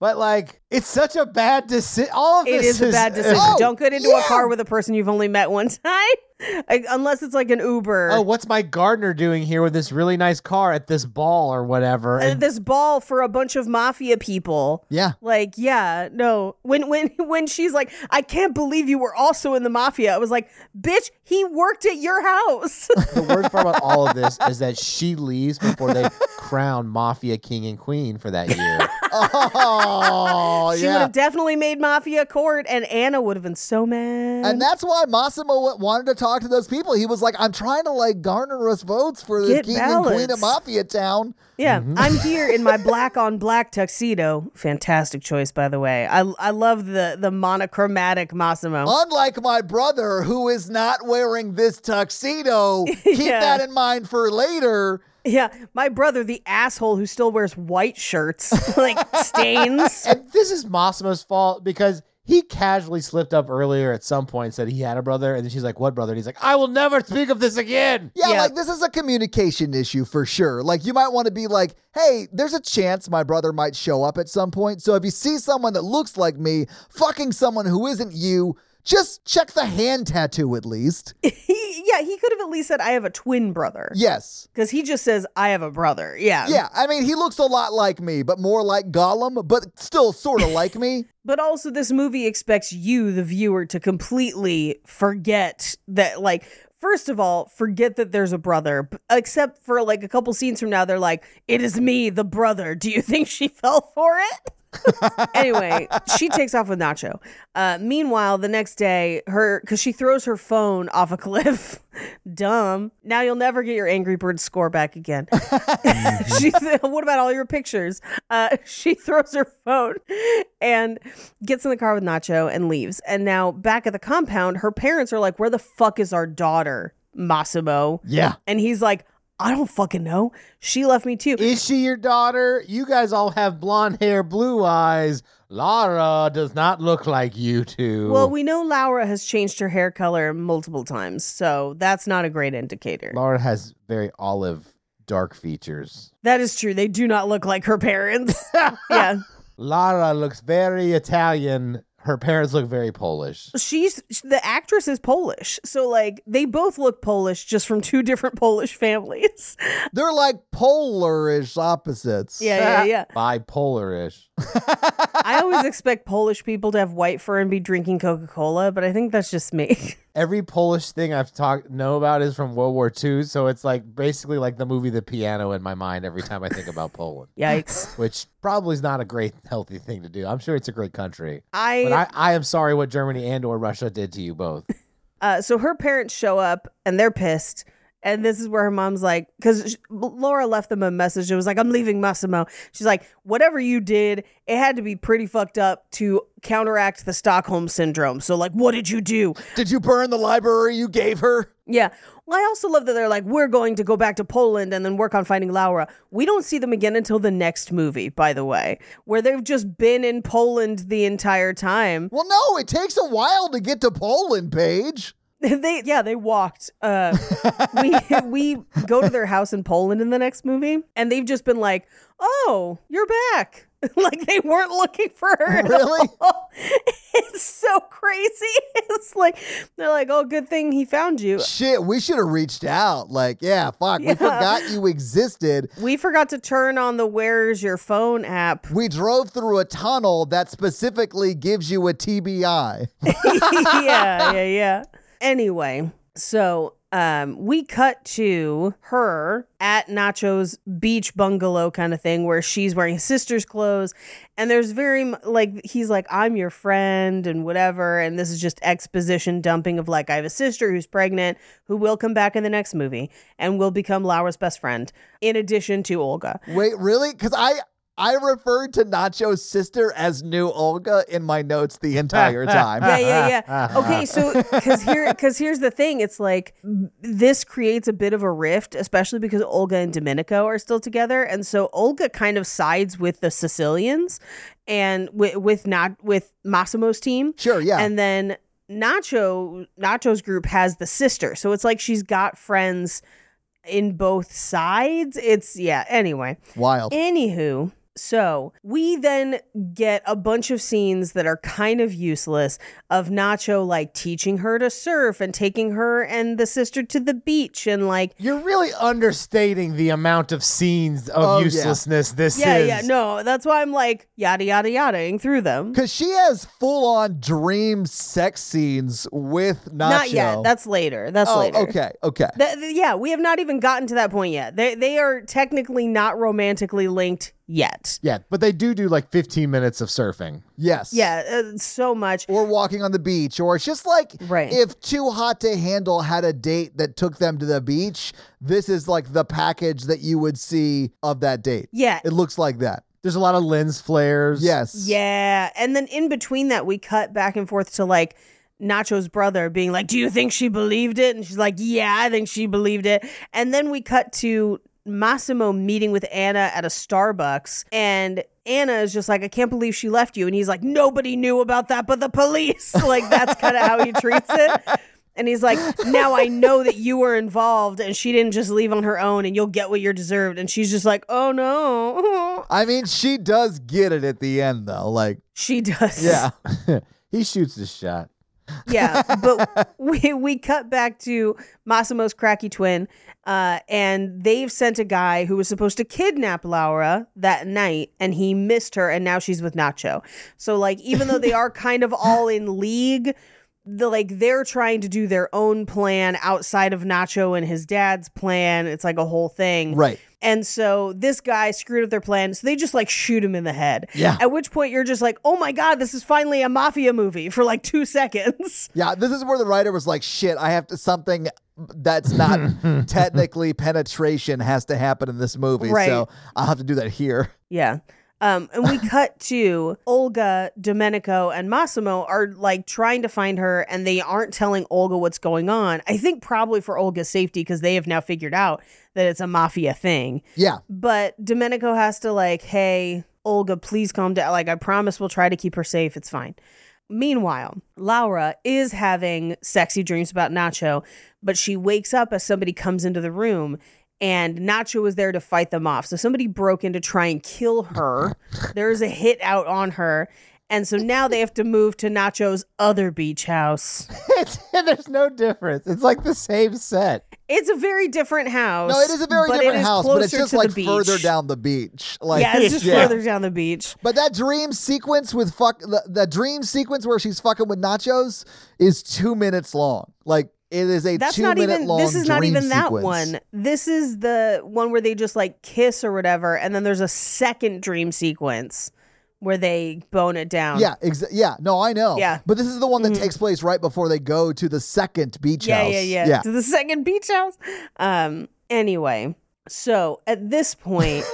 but like, it's such a bad decision. All of
It
this
is a bad decision.
Oh,
Don't get into
yeah.
a car with a person you've only met one time, Like, unless it's like an Uber.
Oh, what's my gardener doing here with this really nice car at this ball or whatever?
Uh,
And
this ball for a bunch of mafia people.
Yeah.
Like, yeah, no. When when when she's like, I can't believe you were also in the mafia. I was like, bitch, he worked at your house.
the worst part about all of this is that she leaves before they crown Mafia King and Queen for that year.
Oh,
she would
yeah.
have definitely made mafia court, and Anna would have been so mad.
And that's why Massimo wa- wanted to talk to those people. He was like, I'm trying to like garner us votes for the
Get
king and
ballots.
queen of Mafia Town.
Yeah,
Mm-hmm.
I'm here in my black on black tuxedo. Fantastic choice, by the way. I I love the the monochromatic Massimo.
Oh, Unlike my brother, who is not wearing this tuxedo, keep
Yeah.
that in mind for later.
Yeah, my brother, the asshole who still wears white shirts, like stains.
and this is Massimo's fault because he casually slipped up earlier at some point, said he had a brother, and then she's like, "What brother?" And he's like, "I will never speak of this again."
Yeah,
Yeah.
like this is a communication issue for sure. Like you might want to be like, hey, there's a chance my brother might show up at some point. So if you see someone that looks like me fucking someone who isn't you, just check the hand tattoo at least.
He, yeah, he could have at least said, I have a twin brother.
yes.
Because he just says, I have a brother. Yeah.
Yeah, I mean, he looks a lot like me, but more like Gollum, but still sort of like me.
But also, this movie expects you, the viewer, to completely forget that, like, First of all, forget that there's a brother, b- except for like a couple scenes from now, they're like, it is me, the brother. Do you think she fell for it? anyway, she takes off with Nacho. Uh, meanwhile, the next day, her, because she throws her phone off a cliff. Dumb. Now you'll never get your Angry Bird score back again. she th- what about all your pictures? Uh, she throws her phone and gets in the car with Nacho and leaves. And now back at the compound, her parents are like, Where the fuck is our daughter, Massimo?
Yeah.
And he's like, I don't fucking know. She left me too.
Is she your daughter? You guys all have blonde hair, blue eyes. Lara does not look like you two.
well, we know Laura has changed her hair color multiple times, so that's not a great indicator.
Lara has very olive, dark features.
That is true. They do not look like her parents. yeah.
Lara looks very Italian. Her parents look very Polish.
she's the actress is Polish, so like they both look Polish, just from two different Polish families.
They're like polarish opposites.
Yeah, yeah, yeah.
Bipolarish.
I always expect Polish people to have white fur and be drinking Coca Cola, but I think that's just me.
Every Polish thing I've talked know about is from World War II, so it's like basically like the movie The Piano in my mind every time I think about Poland,
Yikes!
which probably is not a great healthy thing to do. I'm sure it's a great country.
I,
But I, I am sorry what Germany and or Russia did to you both.
uh, so her parents show up and they're pissed. And this is where her mom's like, because Laura left them a message. It was like, I'm leaving Massimo. She's like, whatever you did, it had to be pretty fucked up to counteract the Stockholm syndrome. So, like, what did you do?
Did you burn the library you gave her?
Yeah. Well, I also love that they're like, we're going to go back to Poland and then work on finding Laura. We don't see them again until the next movie, by the way, where they've just been in Poland the entire time.
Well, no, it takes a while to get to Poland, Paige.
they, yeah, they walked. Uh, we we go to their house in Poland in the next movie, and they've just been like, oh, you're back. like they weren't looking for her. at
Really?
all. it's so crazy. It's like they're like, oh, good thing he found you.
Shit, we should have reached out. Like, yeah, fuck, we forgot you existed.
We forgot to turn on the Where's Your Phone app.
We drove through a tunnel that specifically gives you a TBI.
yeah, yeah, yeah. Anyway, so um, we cut to her at Nacho's beach bungalow kind of thing where she's wearing his sister's clothes. And there's very, m- like, he's like, I'm your friend and whatever. And this is just exposition dumping of, like, I have a sister who's pregnant who will come back in the next movie and will become Laura's best friend, in addition to Olga.
Wait, really? Because I I referred to Nacho's sister as new Olga in my notes the entire time.
yeah, yeah, yeah.
Uh-huh.
Okay, so because here, because here's the thing, it's like this creates a bit of a rift, especially because Olga and Domenico are still together, and so Olga kind of sides with the Sicilians and with, with not with Massimo's team,
Sure, yeah.
and then Nacho Nacho's group has the sister, so it's like she's got friends in both sides. It's yeah. Anyway,
Wild.
Anywho, so we then get a bunch of scenes that are kind of useless of Nacho like teaching her to surf and taking her and the sister to the beach and like
You're really understating the amount of scenes of
Oh, yeah.
uselessness this
yeah,
is.
yeah, no, that's why I'm like yada yada yadaing through them.
Because she has full on dream sex scenes with Nacho.
Not yet. That's later. That's
oh,
later.
okay, okay.
Th- th- yeah, we have not even gotten to that point yet. They they are technically not romantically linked yet.
Yeah, but they do do like 15 minutes of surfing.
yes.
Yeah, uh, so much.
Or walking on the beach, or it's just like
Right.
if Too Hot to Handle had a date that took them to the beach, this is like the package that you would see of that date.
Yeah,
It looks like that.
There's a lot of lens flares.
Yes.
Yeah. And then in between that, we cut back and forth to like Nacho's brother being like, Do you think she believed it? And she's like, Yeah, I think she believed it. And then we cut to Massimo meeting with Anna at a Starbucks. And Anna is just like, I can't believe she left you. And he's like, Nobody knew about that but the police. like, that's kind of how he treats it. And he's like, now I know that you were involved and she didn't just leave on her own and you'll get what you're deserved. And she's just like, oh no.
I mean, she does get it at the end, though. Like,
She does.
yeah.
He shoots his shot.
yeah but we we cut back to massimo's cracky twin uh, and they've sent a guy who was supposed to kidnap laura that night and he missed her and now she's with nacho so like even though they are kind of all in league the like they're trying to do their own plan outside of Nacho and his dad's plan. It's like a whole thing.
Right.
And so this guy screwed up their plan. So they just like shoot him in the head.
Yeah.
At which point you're just like, oh my God, this is finally a mafia movie for like two seconds.
Yeah, this is where the writer was like, "Shit, I have to something that's not technically penetration has to happen in this movie,
Right.
so I'll have to do that here."
Yeah. Um, and we cut to Olga, Domenico, and Massimo are like trying to find her, and they aren't telling Olga what's going on. I think probably for Olga's safety because they have now figured out that it's a mafia thing.
Yeah,
But Domenico has to like, hey, Olga, please calm down. Like, I promise we'll try to keep her safe. It's fine. Meanwhile, Laura is having sexy dreams about Nacho, but she wakes up as somebody comes into the room and Nacho was there to fight them off. So somebody broke in to try and kill her. There's a hit out on her. And so now they have to move to Nacho's other beach house.
It's, there's no difference. It's like the same set.
It's a very different house.
no, it is a very
but it
different
is
house, but it's
closer
just
to the
like
beach.
further down the beach. Like,
yeah, it's just further down the beach.
But that dream sequence with fuck the, the dream sequence where she's fucking with nachos is two minutes long. Like it is a
That's
two
not
minute
even.
long.
This is not
dream
even that
sequence.
one. This is the one where they just like kiss or whatever, and then there's a second dream sequence where they bone it down.
Yeah, exa- yeah. No, I know.
Yeah. Mm-hmm.
but this is the one that takes place right before they go to the second beach
yeah,
house.
yeah, yeah, To the second beach house. Um. Anyway, so at this point,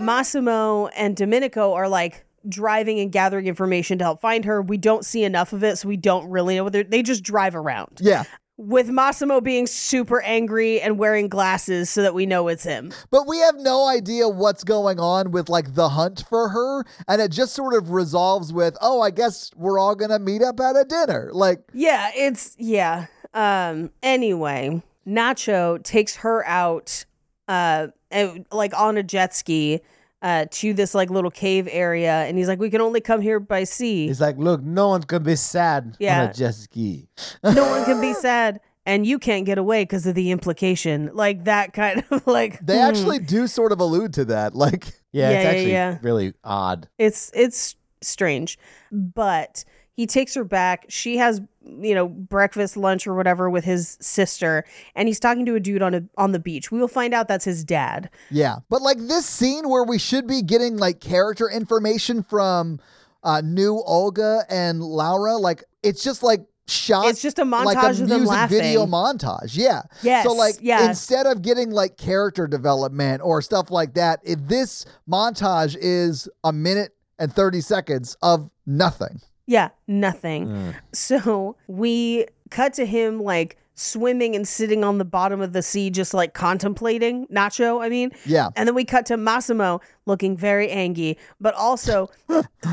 Massimo and Domenico are like driving and gathering information to help find her. We don't see enough of it, so we don't really know whether they just drive around.
yeah.
With Massimo being super angry and wearing glasses so that we know it's him.
But we have no idea what's going on with like the hunt for her, and it just sort of resolves with, "Oh, I guess we're all gonna meet up at a dinner." Like,
Yeah, it's yeah. Um anyway, Nacho takes her out uh and, like on a jet ski uh to this like little cave area and he's like we can only come here by sea.
It's like, look, no one can be sad on
Yeah.
a jet ski.
no one can be sad and you can't get away because of the implication. Like that kind of like
they
hmm.
actually do sort of allude to that. Like,
Yeah,
Yeah,
it's
yeah,
actually
yeah.
really odd.
It's it's strange, but he takes her back. She has you know breakfast, lunch, or whatever with his sister, and he's talking to a dude on a on the beach. We will find out that's his dad.
Yeah, but like this scene where we should be getting like character information from uh, new Olga and Laura, like it's just like shot.
It's just a
like
montage of them
music Video
laughing.
montage, yeah.
Yes,
So like,
yeah.
instead of getting like character development or stuff like that, it, this montage is a minute and thirty seconds of nothing.
Yeah, nothing. So we cut to him like swimming and sitting on the bottom of the sea, just like contemplating Nacho. I mean,
Yeah.
And then we cut to Massimo looking very angry, but also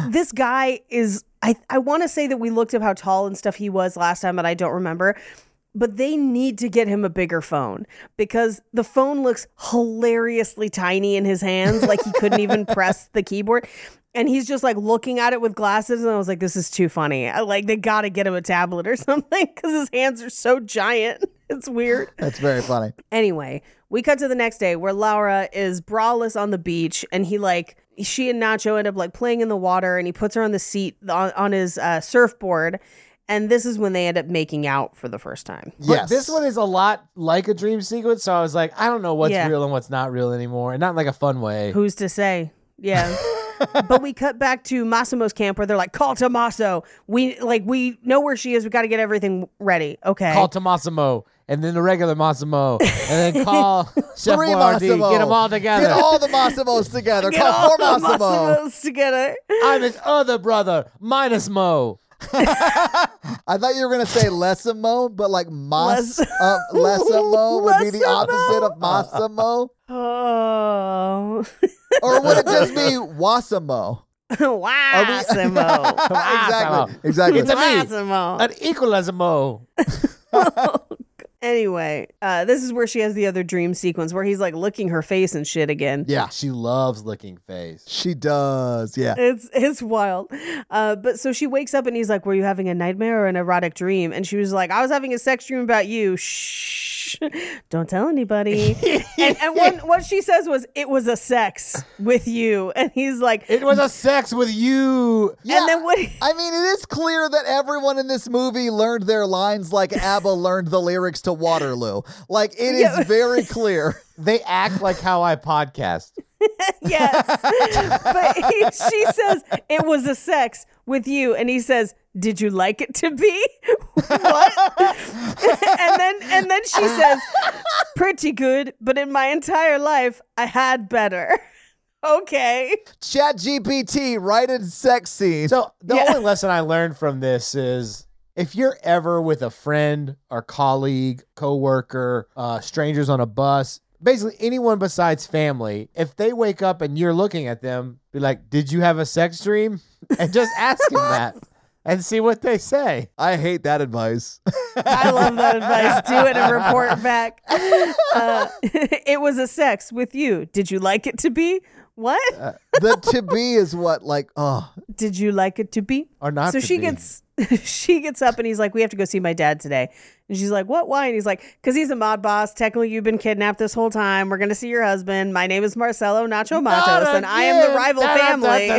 this guy is. I I want to say that we looked up how tall and stuff he was last time, but I don't remember. But they need to get him a bigger phone because the phone looks hilariously tiny in his hands, like he couldn't even press the keyboard. And he's just like looking at it with glasses, and I was like, "This is too funny." I, like they got to get him a tablet or something because his hands are so giant. It's weird.
That's very funny.
Anyway, we cut to the next day where Laura is braless on the beach and he like she and Nacho end up like playing in the water and he puts her on the seat on, on his uh, surfboard and this is when they end up making out for the first time.
But
yes,
this one is a lot like a dream sequence. So I was like, I don't know what's
Yeah.
real and what's not real anymore, and not in like a fun way.
Who's to say? Yeah. but we cut back to Massimo's camp where they're like, "Call Tommaso. We like we know where she is. We got to get everything ready." Okay.
Call to Massimo, and then the regular Massimo, and then call Chef
Three
Boyardee.
Massimo.
Get them all together.
Get all the Massimos together.
Get
Call four
all the
Massimo.
Massimos together.
I'm his other brother, minus Mo.
I thought you were gonna say Lessimo, but like Mas
Less-
uh, Lessimo would be the
Lessimo.
opposite of Massimo,
Oh.
or would it just be Wasimo?
Wassimo.
Exactly, exactly.
It's a me,
Wassimo.
an equal as a Mo.
Anyway, uh, this is where she has the other dream sequence where he's like licking her face and shit again.
yeah,
Ah, She loves looking face.
she does. Yeah,
It's it's wild. Uh, but so she wakes up and he's like, "Were you having a nightmare or an erotic dream?" And she was like, "I was having a sex dream about you." Shh. Shh, don't tell anybody. and and one, what she says was, it was a sex with you. And he's like,
It was a sex with you.
and then what? he-
I mean, it is clear that everyone in this movie learned their lines like ABBA learned the lyrics to Waterloo. Like, it is
Yeah.
very clear.
They act like how I podcast.
yes. but he, she says, it was a sex with you. And he says, did you like it to be? what? and then and then she says, pretty good, but in my entire life, I had better. Okay.
Chat GPT, right in sex scene.
So the
Yeah.
only lesson I learned from this is if you're ever with a friend or colleague, coworker, uh, strangers on a bus, basically anyone besides family, if they wake up and you're looking at them, be like, "Did you have a sex dream?" and just ask them that and see what they say.
I hate that advice.
I love that advice. Do it and report back. Uh, it was a sex with you. Did you like it to be? What?
the to be is what, like, oh,
Did you like it to be?
Or not
So
to
she
be.
gets she gets up and he's like, "We have to go see my dad today." And she's like, "What? Why?" And he's like, "Cause he's a mod boss. Technically, you've been kidnapped this whole time. We're gonna see your husband. My name is Marcelo Nacho Matos, and I am the rival family."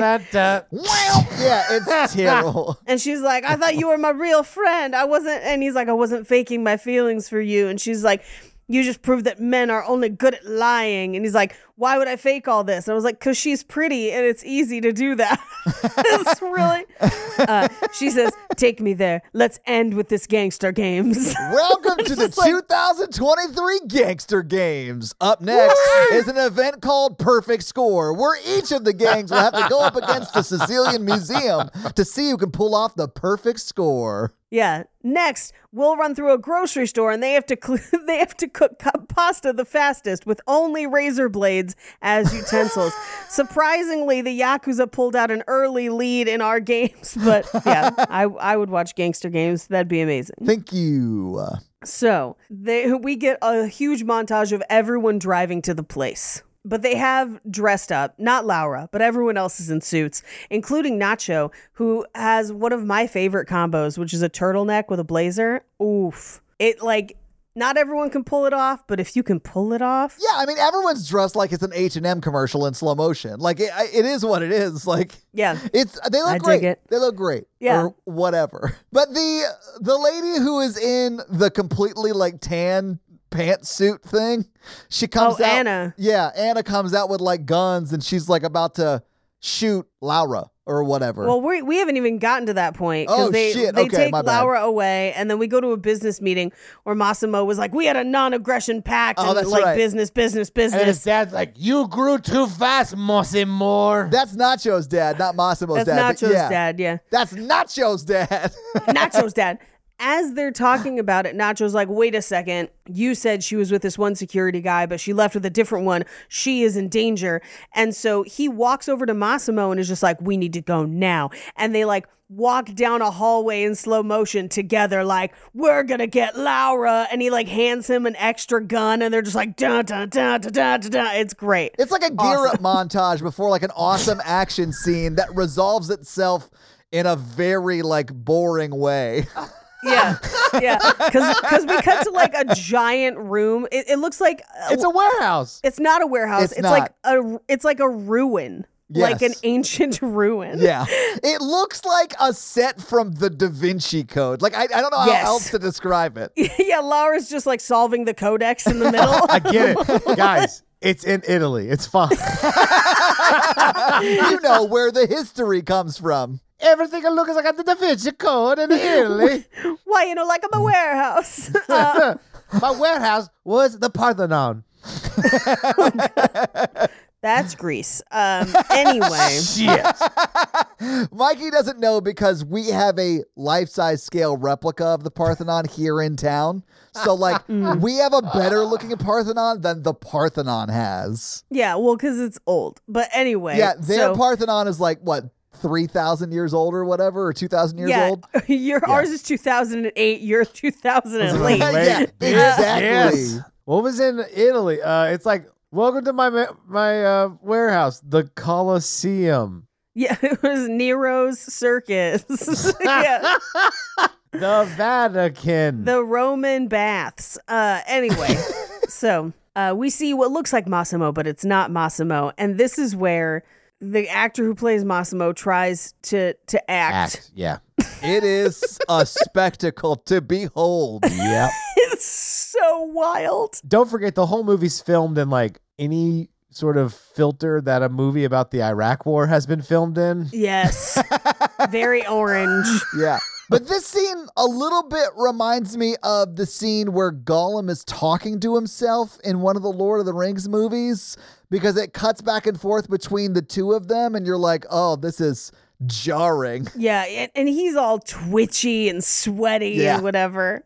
wow.
Ah.
Yeah, it's terrible.
And she's like, I thought you were my real friend. I wasn't. And he's like, I wasn't faking my feelings for you. And she's like, You just proved that men are only good at lying. And he's like, Why would I fake all this? And I was like, Because she's pretty and it's easy to do that. it's really. Uh, she says, Take me there. Let's end with this gangster games.
Welcome to the 2023 Gangster Games. Up next is an event called Perfect Score, where each of the gangs will have to go up against the Sicilian Museum to see who can pull off the perfect score.
Yeah. Next, we'll run through a grocery store and they have to cl- they have to cook cu- pasta the fastest with only razor blades as utensils. Surprisingly, the yakuza pulled out an early lead in our games, but yeah, I I would watch gangster games. That'd be amazing.
Thank you. Uh,
So, they we get a huge montage of everyone driving to the place. But they have dressed up, not Laura, but everyone else is in suits, including Nacho, who has one of my favorite combos, which is a turtleneck with a blazer. Oof. It like not everyone can pull it off, but if you can pull it off,
Yeah, I mean, everyone's dressed like it's an H and M commercial in slow motion. Like it, I- it is what it is. Like
yeah.
it's they look
I dig
great.
it.
They look great.
Yeah.
or whatever. But the the lady who is in the completely like tan pantsuit thing, she comes
Oh,
out.
Anna.
Yeah, Anna comes out with like guns, and she's like about to shoot Laura or whatever.
Well, we we haven't even gotten to that point because
Oh,
they
shit.
they
Okay,
take
my bad.
Laura away, and then we go to a business meeting where Massimo was like, "We had a non-aggression pact,
Oh,
and
that's
like
right.
business, business, business."
And his dad's like, "You grew too fast, Mossy Moore."
that's Nacho's dad, not Massimo's
That's
dad. but
Nacho's
yeah.
dad, yeah.
That's Nacho's dad.
Nacho's dad. As they're talking about it, Nacho's like, wait a second. You said she was with this one security guy, but she left with a different one. She is in danger. And so he walks over to Massimo and is just like, we need to go now. And they like walk down a hallway in slow motion together, like, we're going to get Laura. And he like hands him an extra gun and they're just like, da, da, da, da, da, da, da. It's great.
It's like a gear up montage before like an awesome action scene that resolves itself in a very like boring way.
Yeah. Yeah. Because we cut to like a giant room. It, it looks like uh,
It's a warehouse.
It's not a warehouse.
It's
It's,
not.
like a it's like a ruin. Like an
Yes.
ancient ruin.
Yeah. It looks like a set from the Da Vinci Code. Like I, I don't know how
Yes.
else to describe it.
yeah, Laura's just like solving the codex in the middle.
I get it, guys. It's in Italy. It's fine.
you know where the history comes from.
Everything I look is like at the Da Vinci Code in Italy.
Why, you know, like I'm a warehouse. Uh,
My warehouse was the Parthenon.
that's Greece. Um anyway.
Shit.
Mikey doesn't know because we have a life size scale replica of the Parthenon here in town. So, like,
Mm.
we have a better looking Parthenon than the Parthenon has.
Yeah, well, because it's old. But anyway.
Yeah, their
so-
Parthenon is like what three thousand years old or whatever, or two thousand years
yeah,
old.
your ours is 2008. You're 2008.
yeah,
Wait.
exactly.
Yes. What was in Italy? Uh, it's like welcome to my ma- my uh, warehouse, the Colosseum.
Yeah, it was Nero's circus. yeah.
The Vatican.
The Roman baths. Uh, anyway, so uh, we see what looks like Massimo, but it's not Massimo, and this is where the actor who plays Massimo tries to to act.
Act. Yeah.
It is a spectacle to behold.
Yep.
It's so wild.
Don't forget the whole movie's filmed in like any sort of filter that a movie about the Iraq War has been filmed in.
Yes, very orange.
Yeah. But this scene a little bit reminds me of the scene where Gollum is talking to himself in one of the Lord of the Rings movies because it cuts back and forth between the two of them, and you're like, oh, this is jarring.
Yeah, and, and he's all twitchy and sweaty
Yeah.
and whatever.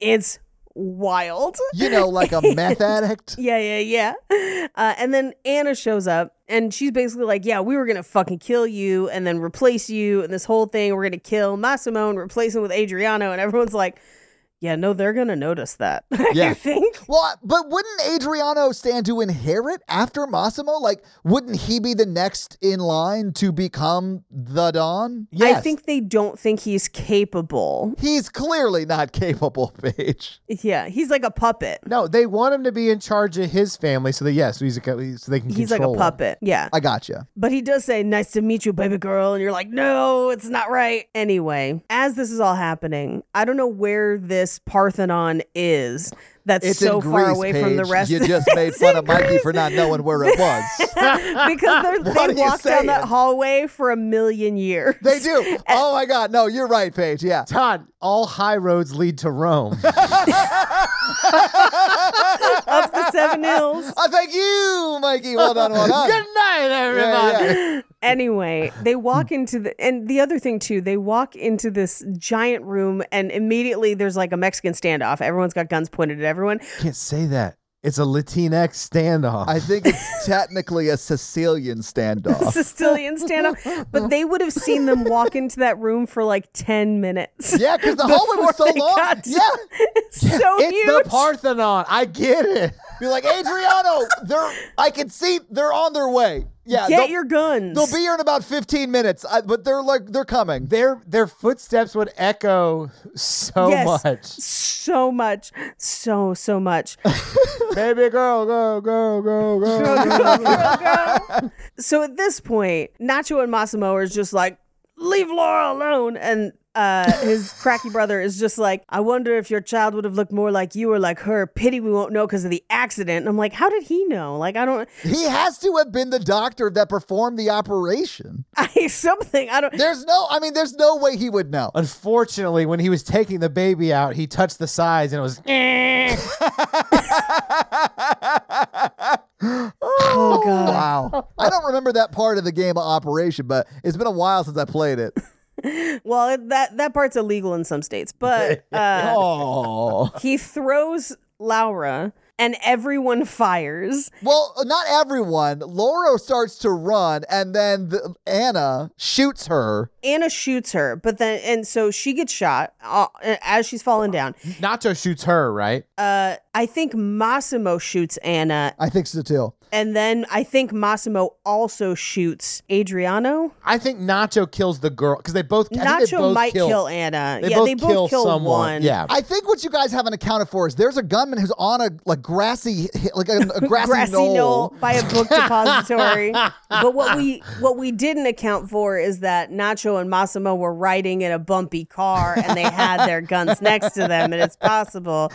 It's wild.
You know, like a meth addict.
Yeah, yeah, yeah. Uh, and then Anna shows up and she's basically like, Yeah, we were going to fucking kill you and then replace you and this whole thing. We're going to kill Massimo and replace him with Adriano. And everyone's like, Yeah, no, they're going to notice that. I
Yeah.
think.
Well, but wouldn't Adriano stand to inherit after Massimo? Like, wouldn't he be the next in line to become the Don?
I think they don't think he's capable.
He's clearly not capable, Paige.
Yeah, he's like a puppet.
No, they want him to be in charge of his family so that yes, he's a, so they can
He's like a
control him.
puppet. Yeah.
I gotcha.
But he does say, Nice to meet you, baby girl. And you're like, No, it's not right. Anyway, as this is all happening, I don't know where this Parthenon is that's
It's
so
in
far
Greece,
away from the
Paige.
rest
You
of
just made fun of Mikey for not knowing where it was.
because they're,
What
they
are you
walked down that
saying?
hallway for a million years.
They do. Oh my God. No, you're right, Paige. Yeah.
Todd, all high roads lead to Rome.
up the seven hills.
Oh, thank you, Mikey. Well done. Well done.
Good night, everybody.
Yeah, yeah.
Anyway, they
Hmm.
walk into the and the other thing too, they walk into this giant room and immediately there's like a Mexican standoff. Everyone's got guns pointed at everyone.
Can't say that. It's a Latinx standoff.
I think it's technically a Sicilian standoff.
Sicilian standoff. But they would have seen them walk into that room for like ten minutes.
Yeah, because the hallway was so
Before they
long.
got to-
Yeah.
It's so
it's
huge.
the Parthenon. I get it.
Be like, Adriano, they're I can see they're on their way. Yeah.
Get
they'll-
your guns.
They'll be here in about 15 minutes, I, but they're like they're coming.
Their their footsteps would echo so
Yes.
much.
so much. So, so much.
Baby girl, go, go, go, go.
So at this point, Nacho and Massimo are just like, leave Laura alone. And uh, his cracky brother is just like, I wonder if your child would have looked more like you or like her. Pity we won't know because of the accident. And I'm like, how did he know? Like, I don't,
He has to have been the doctor that performed the operation.
I, something, I don't.
There's no, I mean, there's no way he would know.
Unfortunately, when he was taking the baby out, he touched the sides and it was.
Oh, God.
Wow. I don't remember that part of the game of Operation, but it's been a while since I played it.
Well, it- that, that part's illegal in some states, but uh,
Oh.
he throws Laura and everyone fires.
Well, not everyone. Laura starts to run, and then the, Anna shoots her.
Anna shoots her, but then, and so she gets shot uh, as she's falling down.
Nacho shoots her, right?
uh, I think Massimo shoots Anna,
I think so too.
and then I think Massimo also shoots Adriano.
I think Nacho kills the girl because they both. I think they
Nacho
both
might
kill,
kill, Anna.
They
yeah,
both
they both
kill,
kill
someone.
one.
Yeah.
I think what you guys haven't accounted for is there's a gunman who's on a like grassy, like a, a grassy,
Grassy
knoll.
knoll by a book depository. but what we what we didn't account for is that Nacho and Massimo were riding in a bumpy car and they had their guns next to them, and it's possible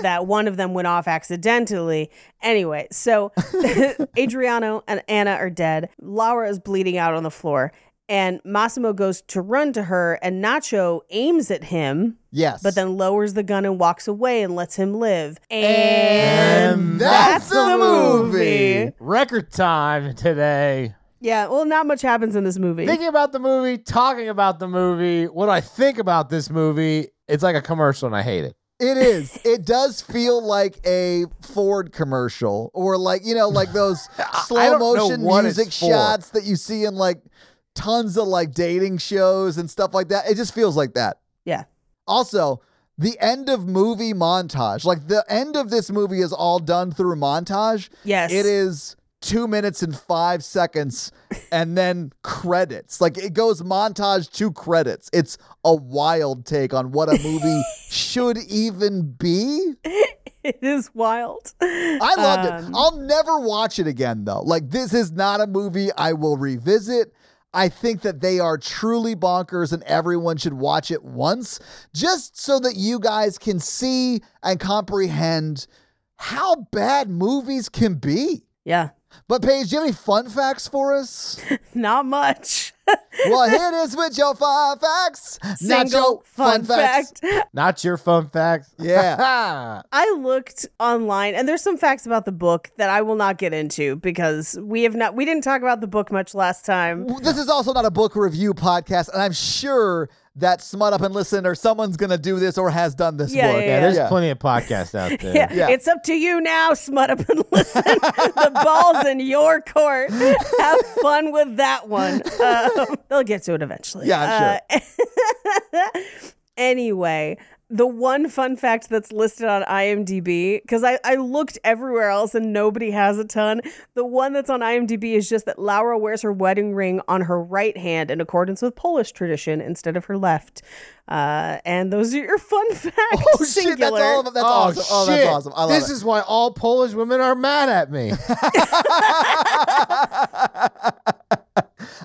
that one of them went off accidentally. Anyway, so Adriano and Anna are dead. Laura is bleeding out on the floor. And Massimo goes to run to her, and Nacho aims at him,
Yes,
but then lowers the gun and walks away and lets him live.
And
that's the movie.
Record time today.
Yeah, well, not much happens in this movie.
Thinking about the movie, talking about the movie, what do I think about this movie? It's like a commercial and I hate it.
It is. It does feel like a Ford commercial or like, you know, like those
I
slow
don't know
motion
what
music
it's for.
shots that you see in like tons of like dating shows and stuff like that. It just feels like that.
Yeah.
Also, the end of movie montage. Like the end of this movie is all done through montage.
Yes.
It is two minutes and five seconds, and then credits. Like it goes montage to credits. It's a wild take on what a movie should even be.
It is wild.
I loved it.
Um,
I'll never watch it again, though. Like, this is not a movie I will revisit. I think that they are truly bonkers and everyone should watch it once just so that you guys can see and comprehend how bad movies can be.
Yeah,
But, Paige, do you have any fun facts for us?
not much.
well, here it is with your fun facts. not your
Single fun, fact.
Not your fun facts.
Yeah.
I looked online and there's some facts about the book that I will not get into because we have not we didn't talk about the book much last time.
Well, This is also not a book review podcast, and I'm sure that Smut Up and Listen or someone's going to do this or has done this
Yeah,
book.
Yeah, there's
Yeah.
plenty of podcasts out there.
Yeah,
Yeah.
it's up to you now, smut up and listen. the ball's in your court. Have fun with that one. Um, they'll get to it eventually. Uh,
Yeah, I'm sure.
anyway, the one fun fact that's listed on IMDb, because I, I looked everywhere else and nobody has a ton. The one that's on IMDb is just that Laura wears her wedding ring on her right hand in accordance with Polish tradition instead of her left. Uh, and those are your fun facts.
Oh shit! That's
Singular.
all. Of, that's
oh,
awesome.
Shit.
Oh, that's awesome. I love
this
it.
is why all Polish women are mad at me.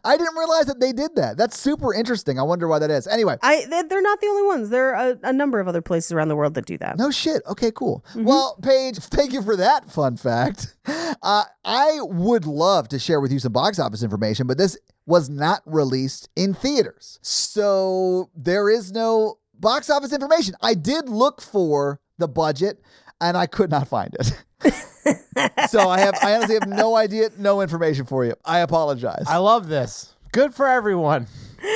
I didn't realize that they did that. That's super interesting. I wonder why that is. Anyway,
I they- they're not the only ones. There are a, a number of other places around the world that do that.
no shit. Okay, cool. Well, Paige, thank you for that fun fact. Uh, I would love to share with you some box office information, but this was not released in theaters, so there is no box office information. I did look for the budget, and I could not find it. so I have, I honestly have no idea, no information for you. I apologize.
I love this. Good for everyone.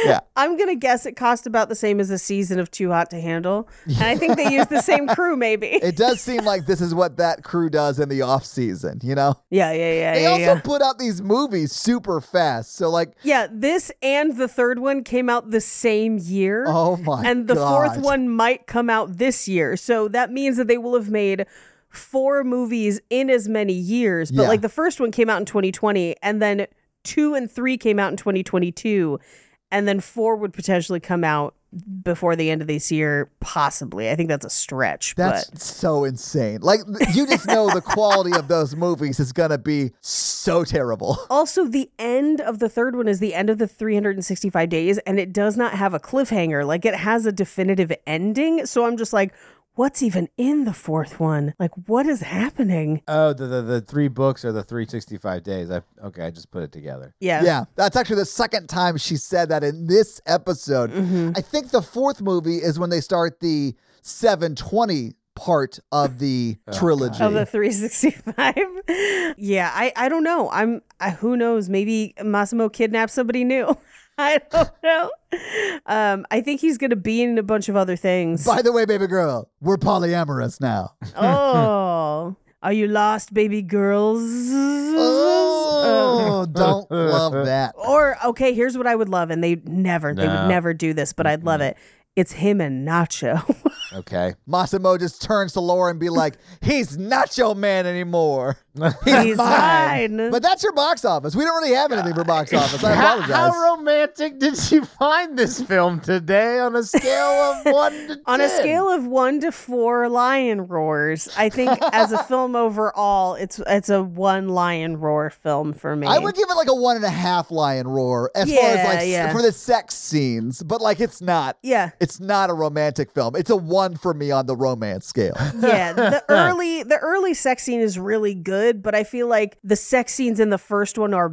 yeah.
I'm gonna guess it cost about the same as a season of Too Hot to Handle, and I think they used the same crew, maybe.
it does seem like this is what that crew does in the off season, you know?
yeah, yeah, yeah,
They
yeah.
also
yeah.
put out these movies super fast. So like
Yeah, this and the third one came out the same year.
Oh my
And the fourth
God.
one might come out this year. So that means that they will have made four movies in as many years. But
Yeah.
like the first one came out in 2020, and then two and three came out in 2022, and then four would potentially come out before the end of this year, possibly. I think that's a stretch.
that's
but
so insane. Like you just know the quality of those movies is gonna be so terrible.
also, the end of the third one is the end of the 365 days, and it does not have a cliffhanger. Like, it has a definitive ending. So I'm just like, what's even in the fourth one? Like, what is happening?
Oh, the, the, the three books are the 365 days. I Okay, I just put it together.
Yeah.
Yeah, that's actually the second time she said that in this episode.
Mm-hmm.
I think the fourth movie is when they start the 720 part of the trilogy.
Of the 365. yeah, I, I don't know. I'm I, who knows? Maybe Massimo kidnapped somebody new. I don't know. Um, I think he's gonna be in a bunch of other things.
By the way, baby girl, we're polyamorous now.
oh, are you lost, baby girls?
Oh, don't love that.
Or okay, here's what I would love, and they never, they
No.
would never do this, but I'd love it. It's him and Nacho.
Okay.
Massimo just turns to Laura and be like, "He's not your man anymore.
He's mine. Uh,
But that's your box office. We don't really have anything for box office. I
How, how
apologize.
romantic did she find this film today on a scale of one to
On a
10?
scale of one to four lion roars, I think as a film overall, it's it's a one lion roar film for me.
I would give it like a one and a half lion roar as far as
Yeah,
like s-
yeah.
for the sex scenes, but like it's not.
yeah,
It's not a romantic film. It's a one for me on the romance scale.
yeah. The early the early sex scene is really good, but I feel like the sex scenes in the first one are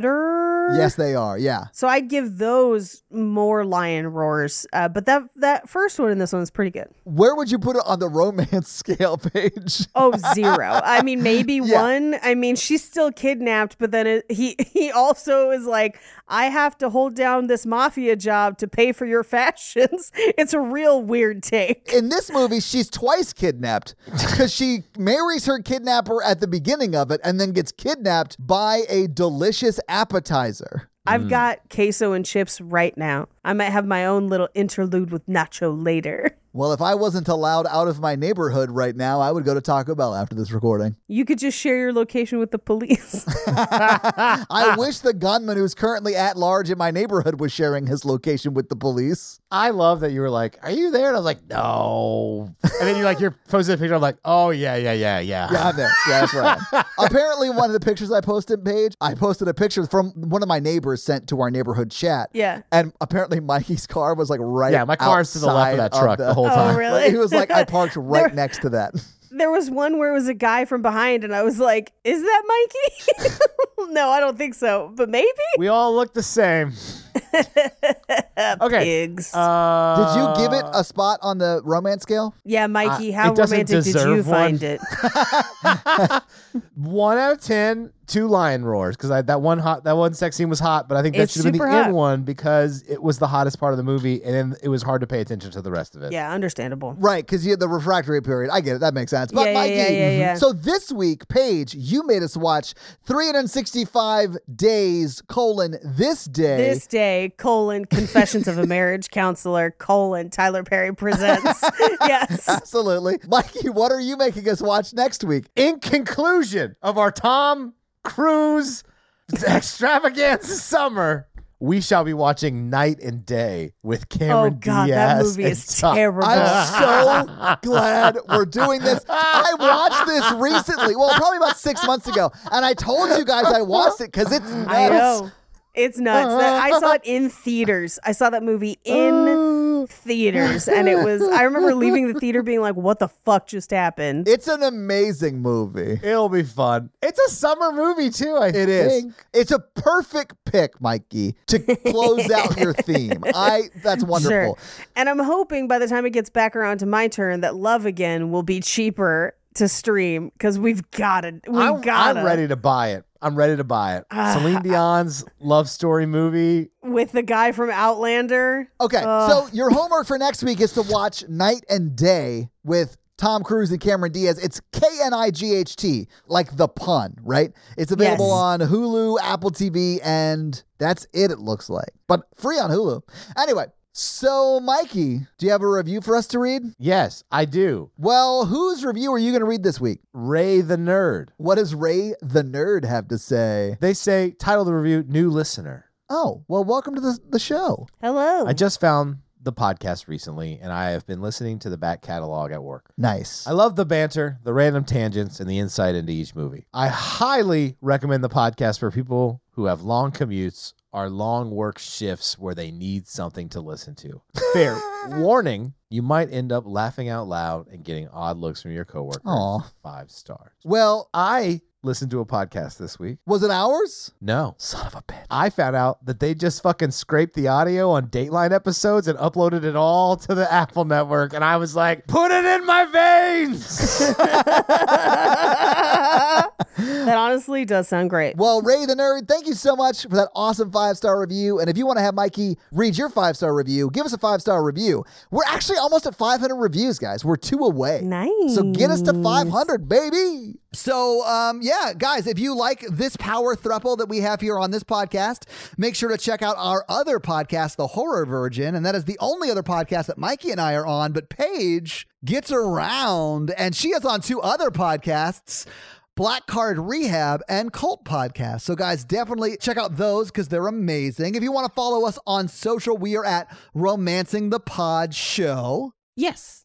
better.
yes, they are. Yeah.
So I'd give those more lion roars. Uh, but that that first one and this one is pretty good.
Where would you put it on the romance scale page?
Oh, zero. I mean, maybe
Yeah.
one. I mean, she's still kidnapped, but then it, he he also is like, I have to hold down this mafia job to pay for your fashions. It's a real weird take.
in this movie, she's twice kidnapped because she marries her kidnapper at the beginning of it and then gets kidnapped by a delicious appetizer.
I've got queso and chips right now. I might have my own little interlude with nacho later.
Well, if I wasn't allowed out of my neighborhood right now, I would go to Taco Bell after this recording.
You could just share your location with the police.
I wish the gunman who's currently at large in my neighborhood was sharing his location with the police.
I love that you were like, "Are you there?" And I was like, "No." And then you're like, you're posting a picture. I'm like, "Oh yeah, yeah, yeah, yeah."
Yeah, I'm there. Yeah, that's right. Apparently, one of the pictures I posted, Paige, I posted a picture from one of my neighbors sent to our neighborhood chat.
Yeah.
And apparently, Mikey's car was like right.
Yeah, my car's to the left of
outside
that truck the whole
Oh,
time.
really?
He was like, I parked right next to that.
there was one where it was a guy from behind, and I was like, "Is that Mikey?" no, I don't think so, but maybe.
We all look the same. okay.
Uh, Pigs.
Did
Uh,
you give it a spot on the romance scale?
yeah, Mikey,
uh,
how
it doesn't
romantic did you
deserve
find
one.
it?
one out of ten? Two lion roars because that one hot that one sex scene was hot, but I think that
It's
should have been the
super hot.
end one because it was the hottest part of the movie, and then it was hard to pay attention to the rest of it.
Yeah, understandable.
Right, because you had the refractory period. I get it. That makes sense.
Yeah,
But
yeah,
Mikey,
yeah, yeah, yeah.
so this week, Paige, you made us watch 365 days colon this day.
This day, colon, confessions of a marriage counselor, colon, Tyler Perry presents. yes.
Absolutely. Mikey, what are you making us watch next week?
In conclusion of our Tom Cruise extravaganza summer, we shall be watching Night and Day with Cameron
oh God, that
Diaz
movie
and
is
Tom-
terrible.
I'm so glad we're doing this. I watched this recently. Well, probably about six months ago. And I told you guys I watched it because it's nuts.
I know. It's nuts. That- I saw it in theaters. I saw that movie
Oh.
in theaters, and it was. I remember leaving the theater being like, "What the fuck just happened?"
It's an amazing movie.
It'll be fun. It's a summer movie too. I
It is. It's a perfect pick, Mikey, to close out your theme. I that's wonderful.
Sure. And I'm hoping by the time it gets back around to my turn that Love Again will be cheaper to stream because we've got to. We
I'm,
got
I'm ready to buy it. I'm ready to buy it.
Ah.
Celine Dion's love story movie.
with the guy from Outlander.
Okay, so your homework for next week is to watch Night and Day with Tom Cruise and Cameron Diaz. It's K N I G H T, like the pun, right? It's available
Yes.
on Hulu, Apple TV, and that's it, it looks like. But free on Hulu. Anyway, so Mikey, do you have a review for us to read?
Yes, I do.
Well, whose review are you going to read this week?
Ray the Nerd.
What does Ray the Nerd have to say?
They say title of the review new listener.
Oh, well, welcome to the, the show.
Hello.
I just found the podcast recently and I have been listening to the back catalog at work.
Nice.
I love the banter, the random tangents, and the insight into each movie. I highly recommend the podcast for people who have long commutes or long work shifts where they need something to listen to. Fair warning, you might end up laughing out loud and getting odd looks from your coworkers.
Aw.
Five stars.
Well,
I listened to a podcast this week.
was it ours?
No.
Son of a bitch.
I found out that they just fucking scraped the audio on Dateline episodes and uploaded it all to the Apple network. And I was like, put it in my veins.
that honestly does sound great.
Well, Ray the Nerd, thank you so much for that awesome five star review. And if you want to have Mikey read your five star review, give us a five star review. We're actually almost at 500 reviews, guys. We're two away.
Nice.
So get us to 500, baby. So, um, yeah, guys, if you like this power thruple that we have here on this podcast, make sure to check out our other podcast, The Horror Virgin. And that is the only other podcast that Mikey and I are on. But Paige gets around and she is on two other podcasts. Black Card Rehab and Cult Podcast. So, guys, definitely check out those because they're amazing. If you want to follow us on social, we are at Romancing the Pod Show
yes.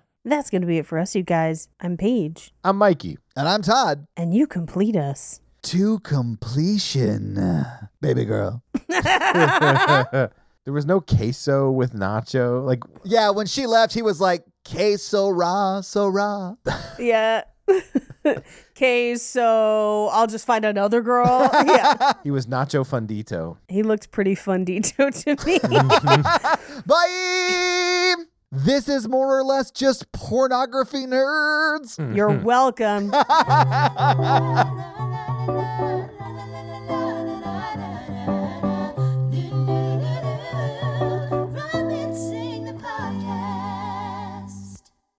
That's going to be it for us, you guys. I'm Paige,
I'm Mikey.
And I'm Todd.
and you complete us.
To completion, baby girl.
There was no queso with nacho. Like
Yeah, when she left, he was like, "Que sera, sera."
Yeah. okay, so I'll just find another girl. Yeah.
he was nacho fundito.
He looked pretty fundito to me.
Bye. This is more or less just pornography nerds.
You're welcome.
la, la, la, la.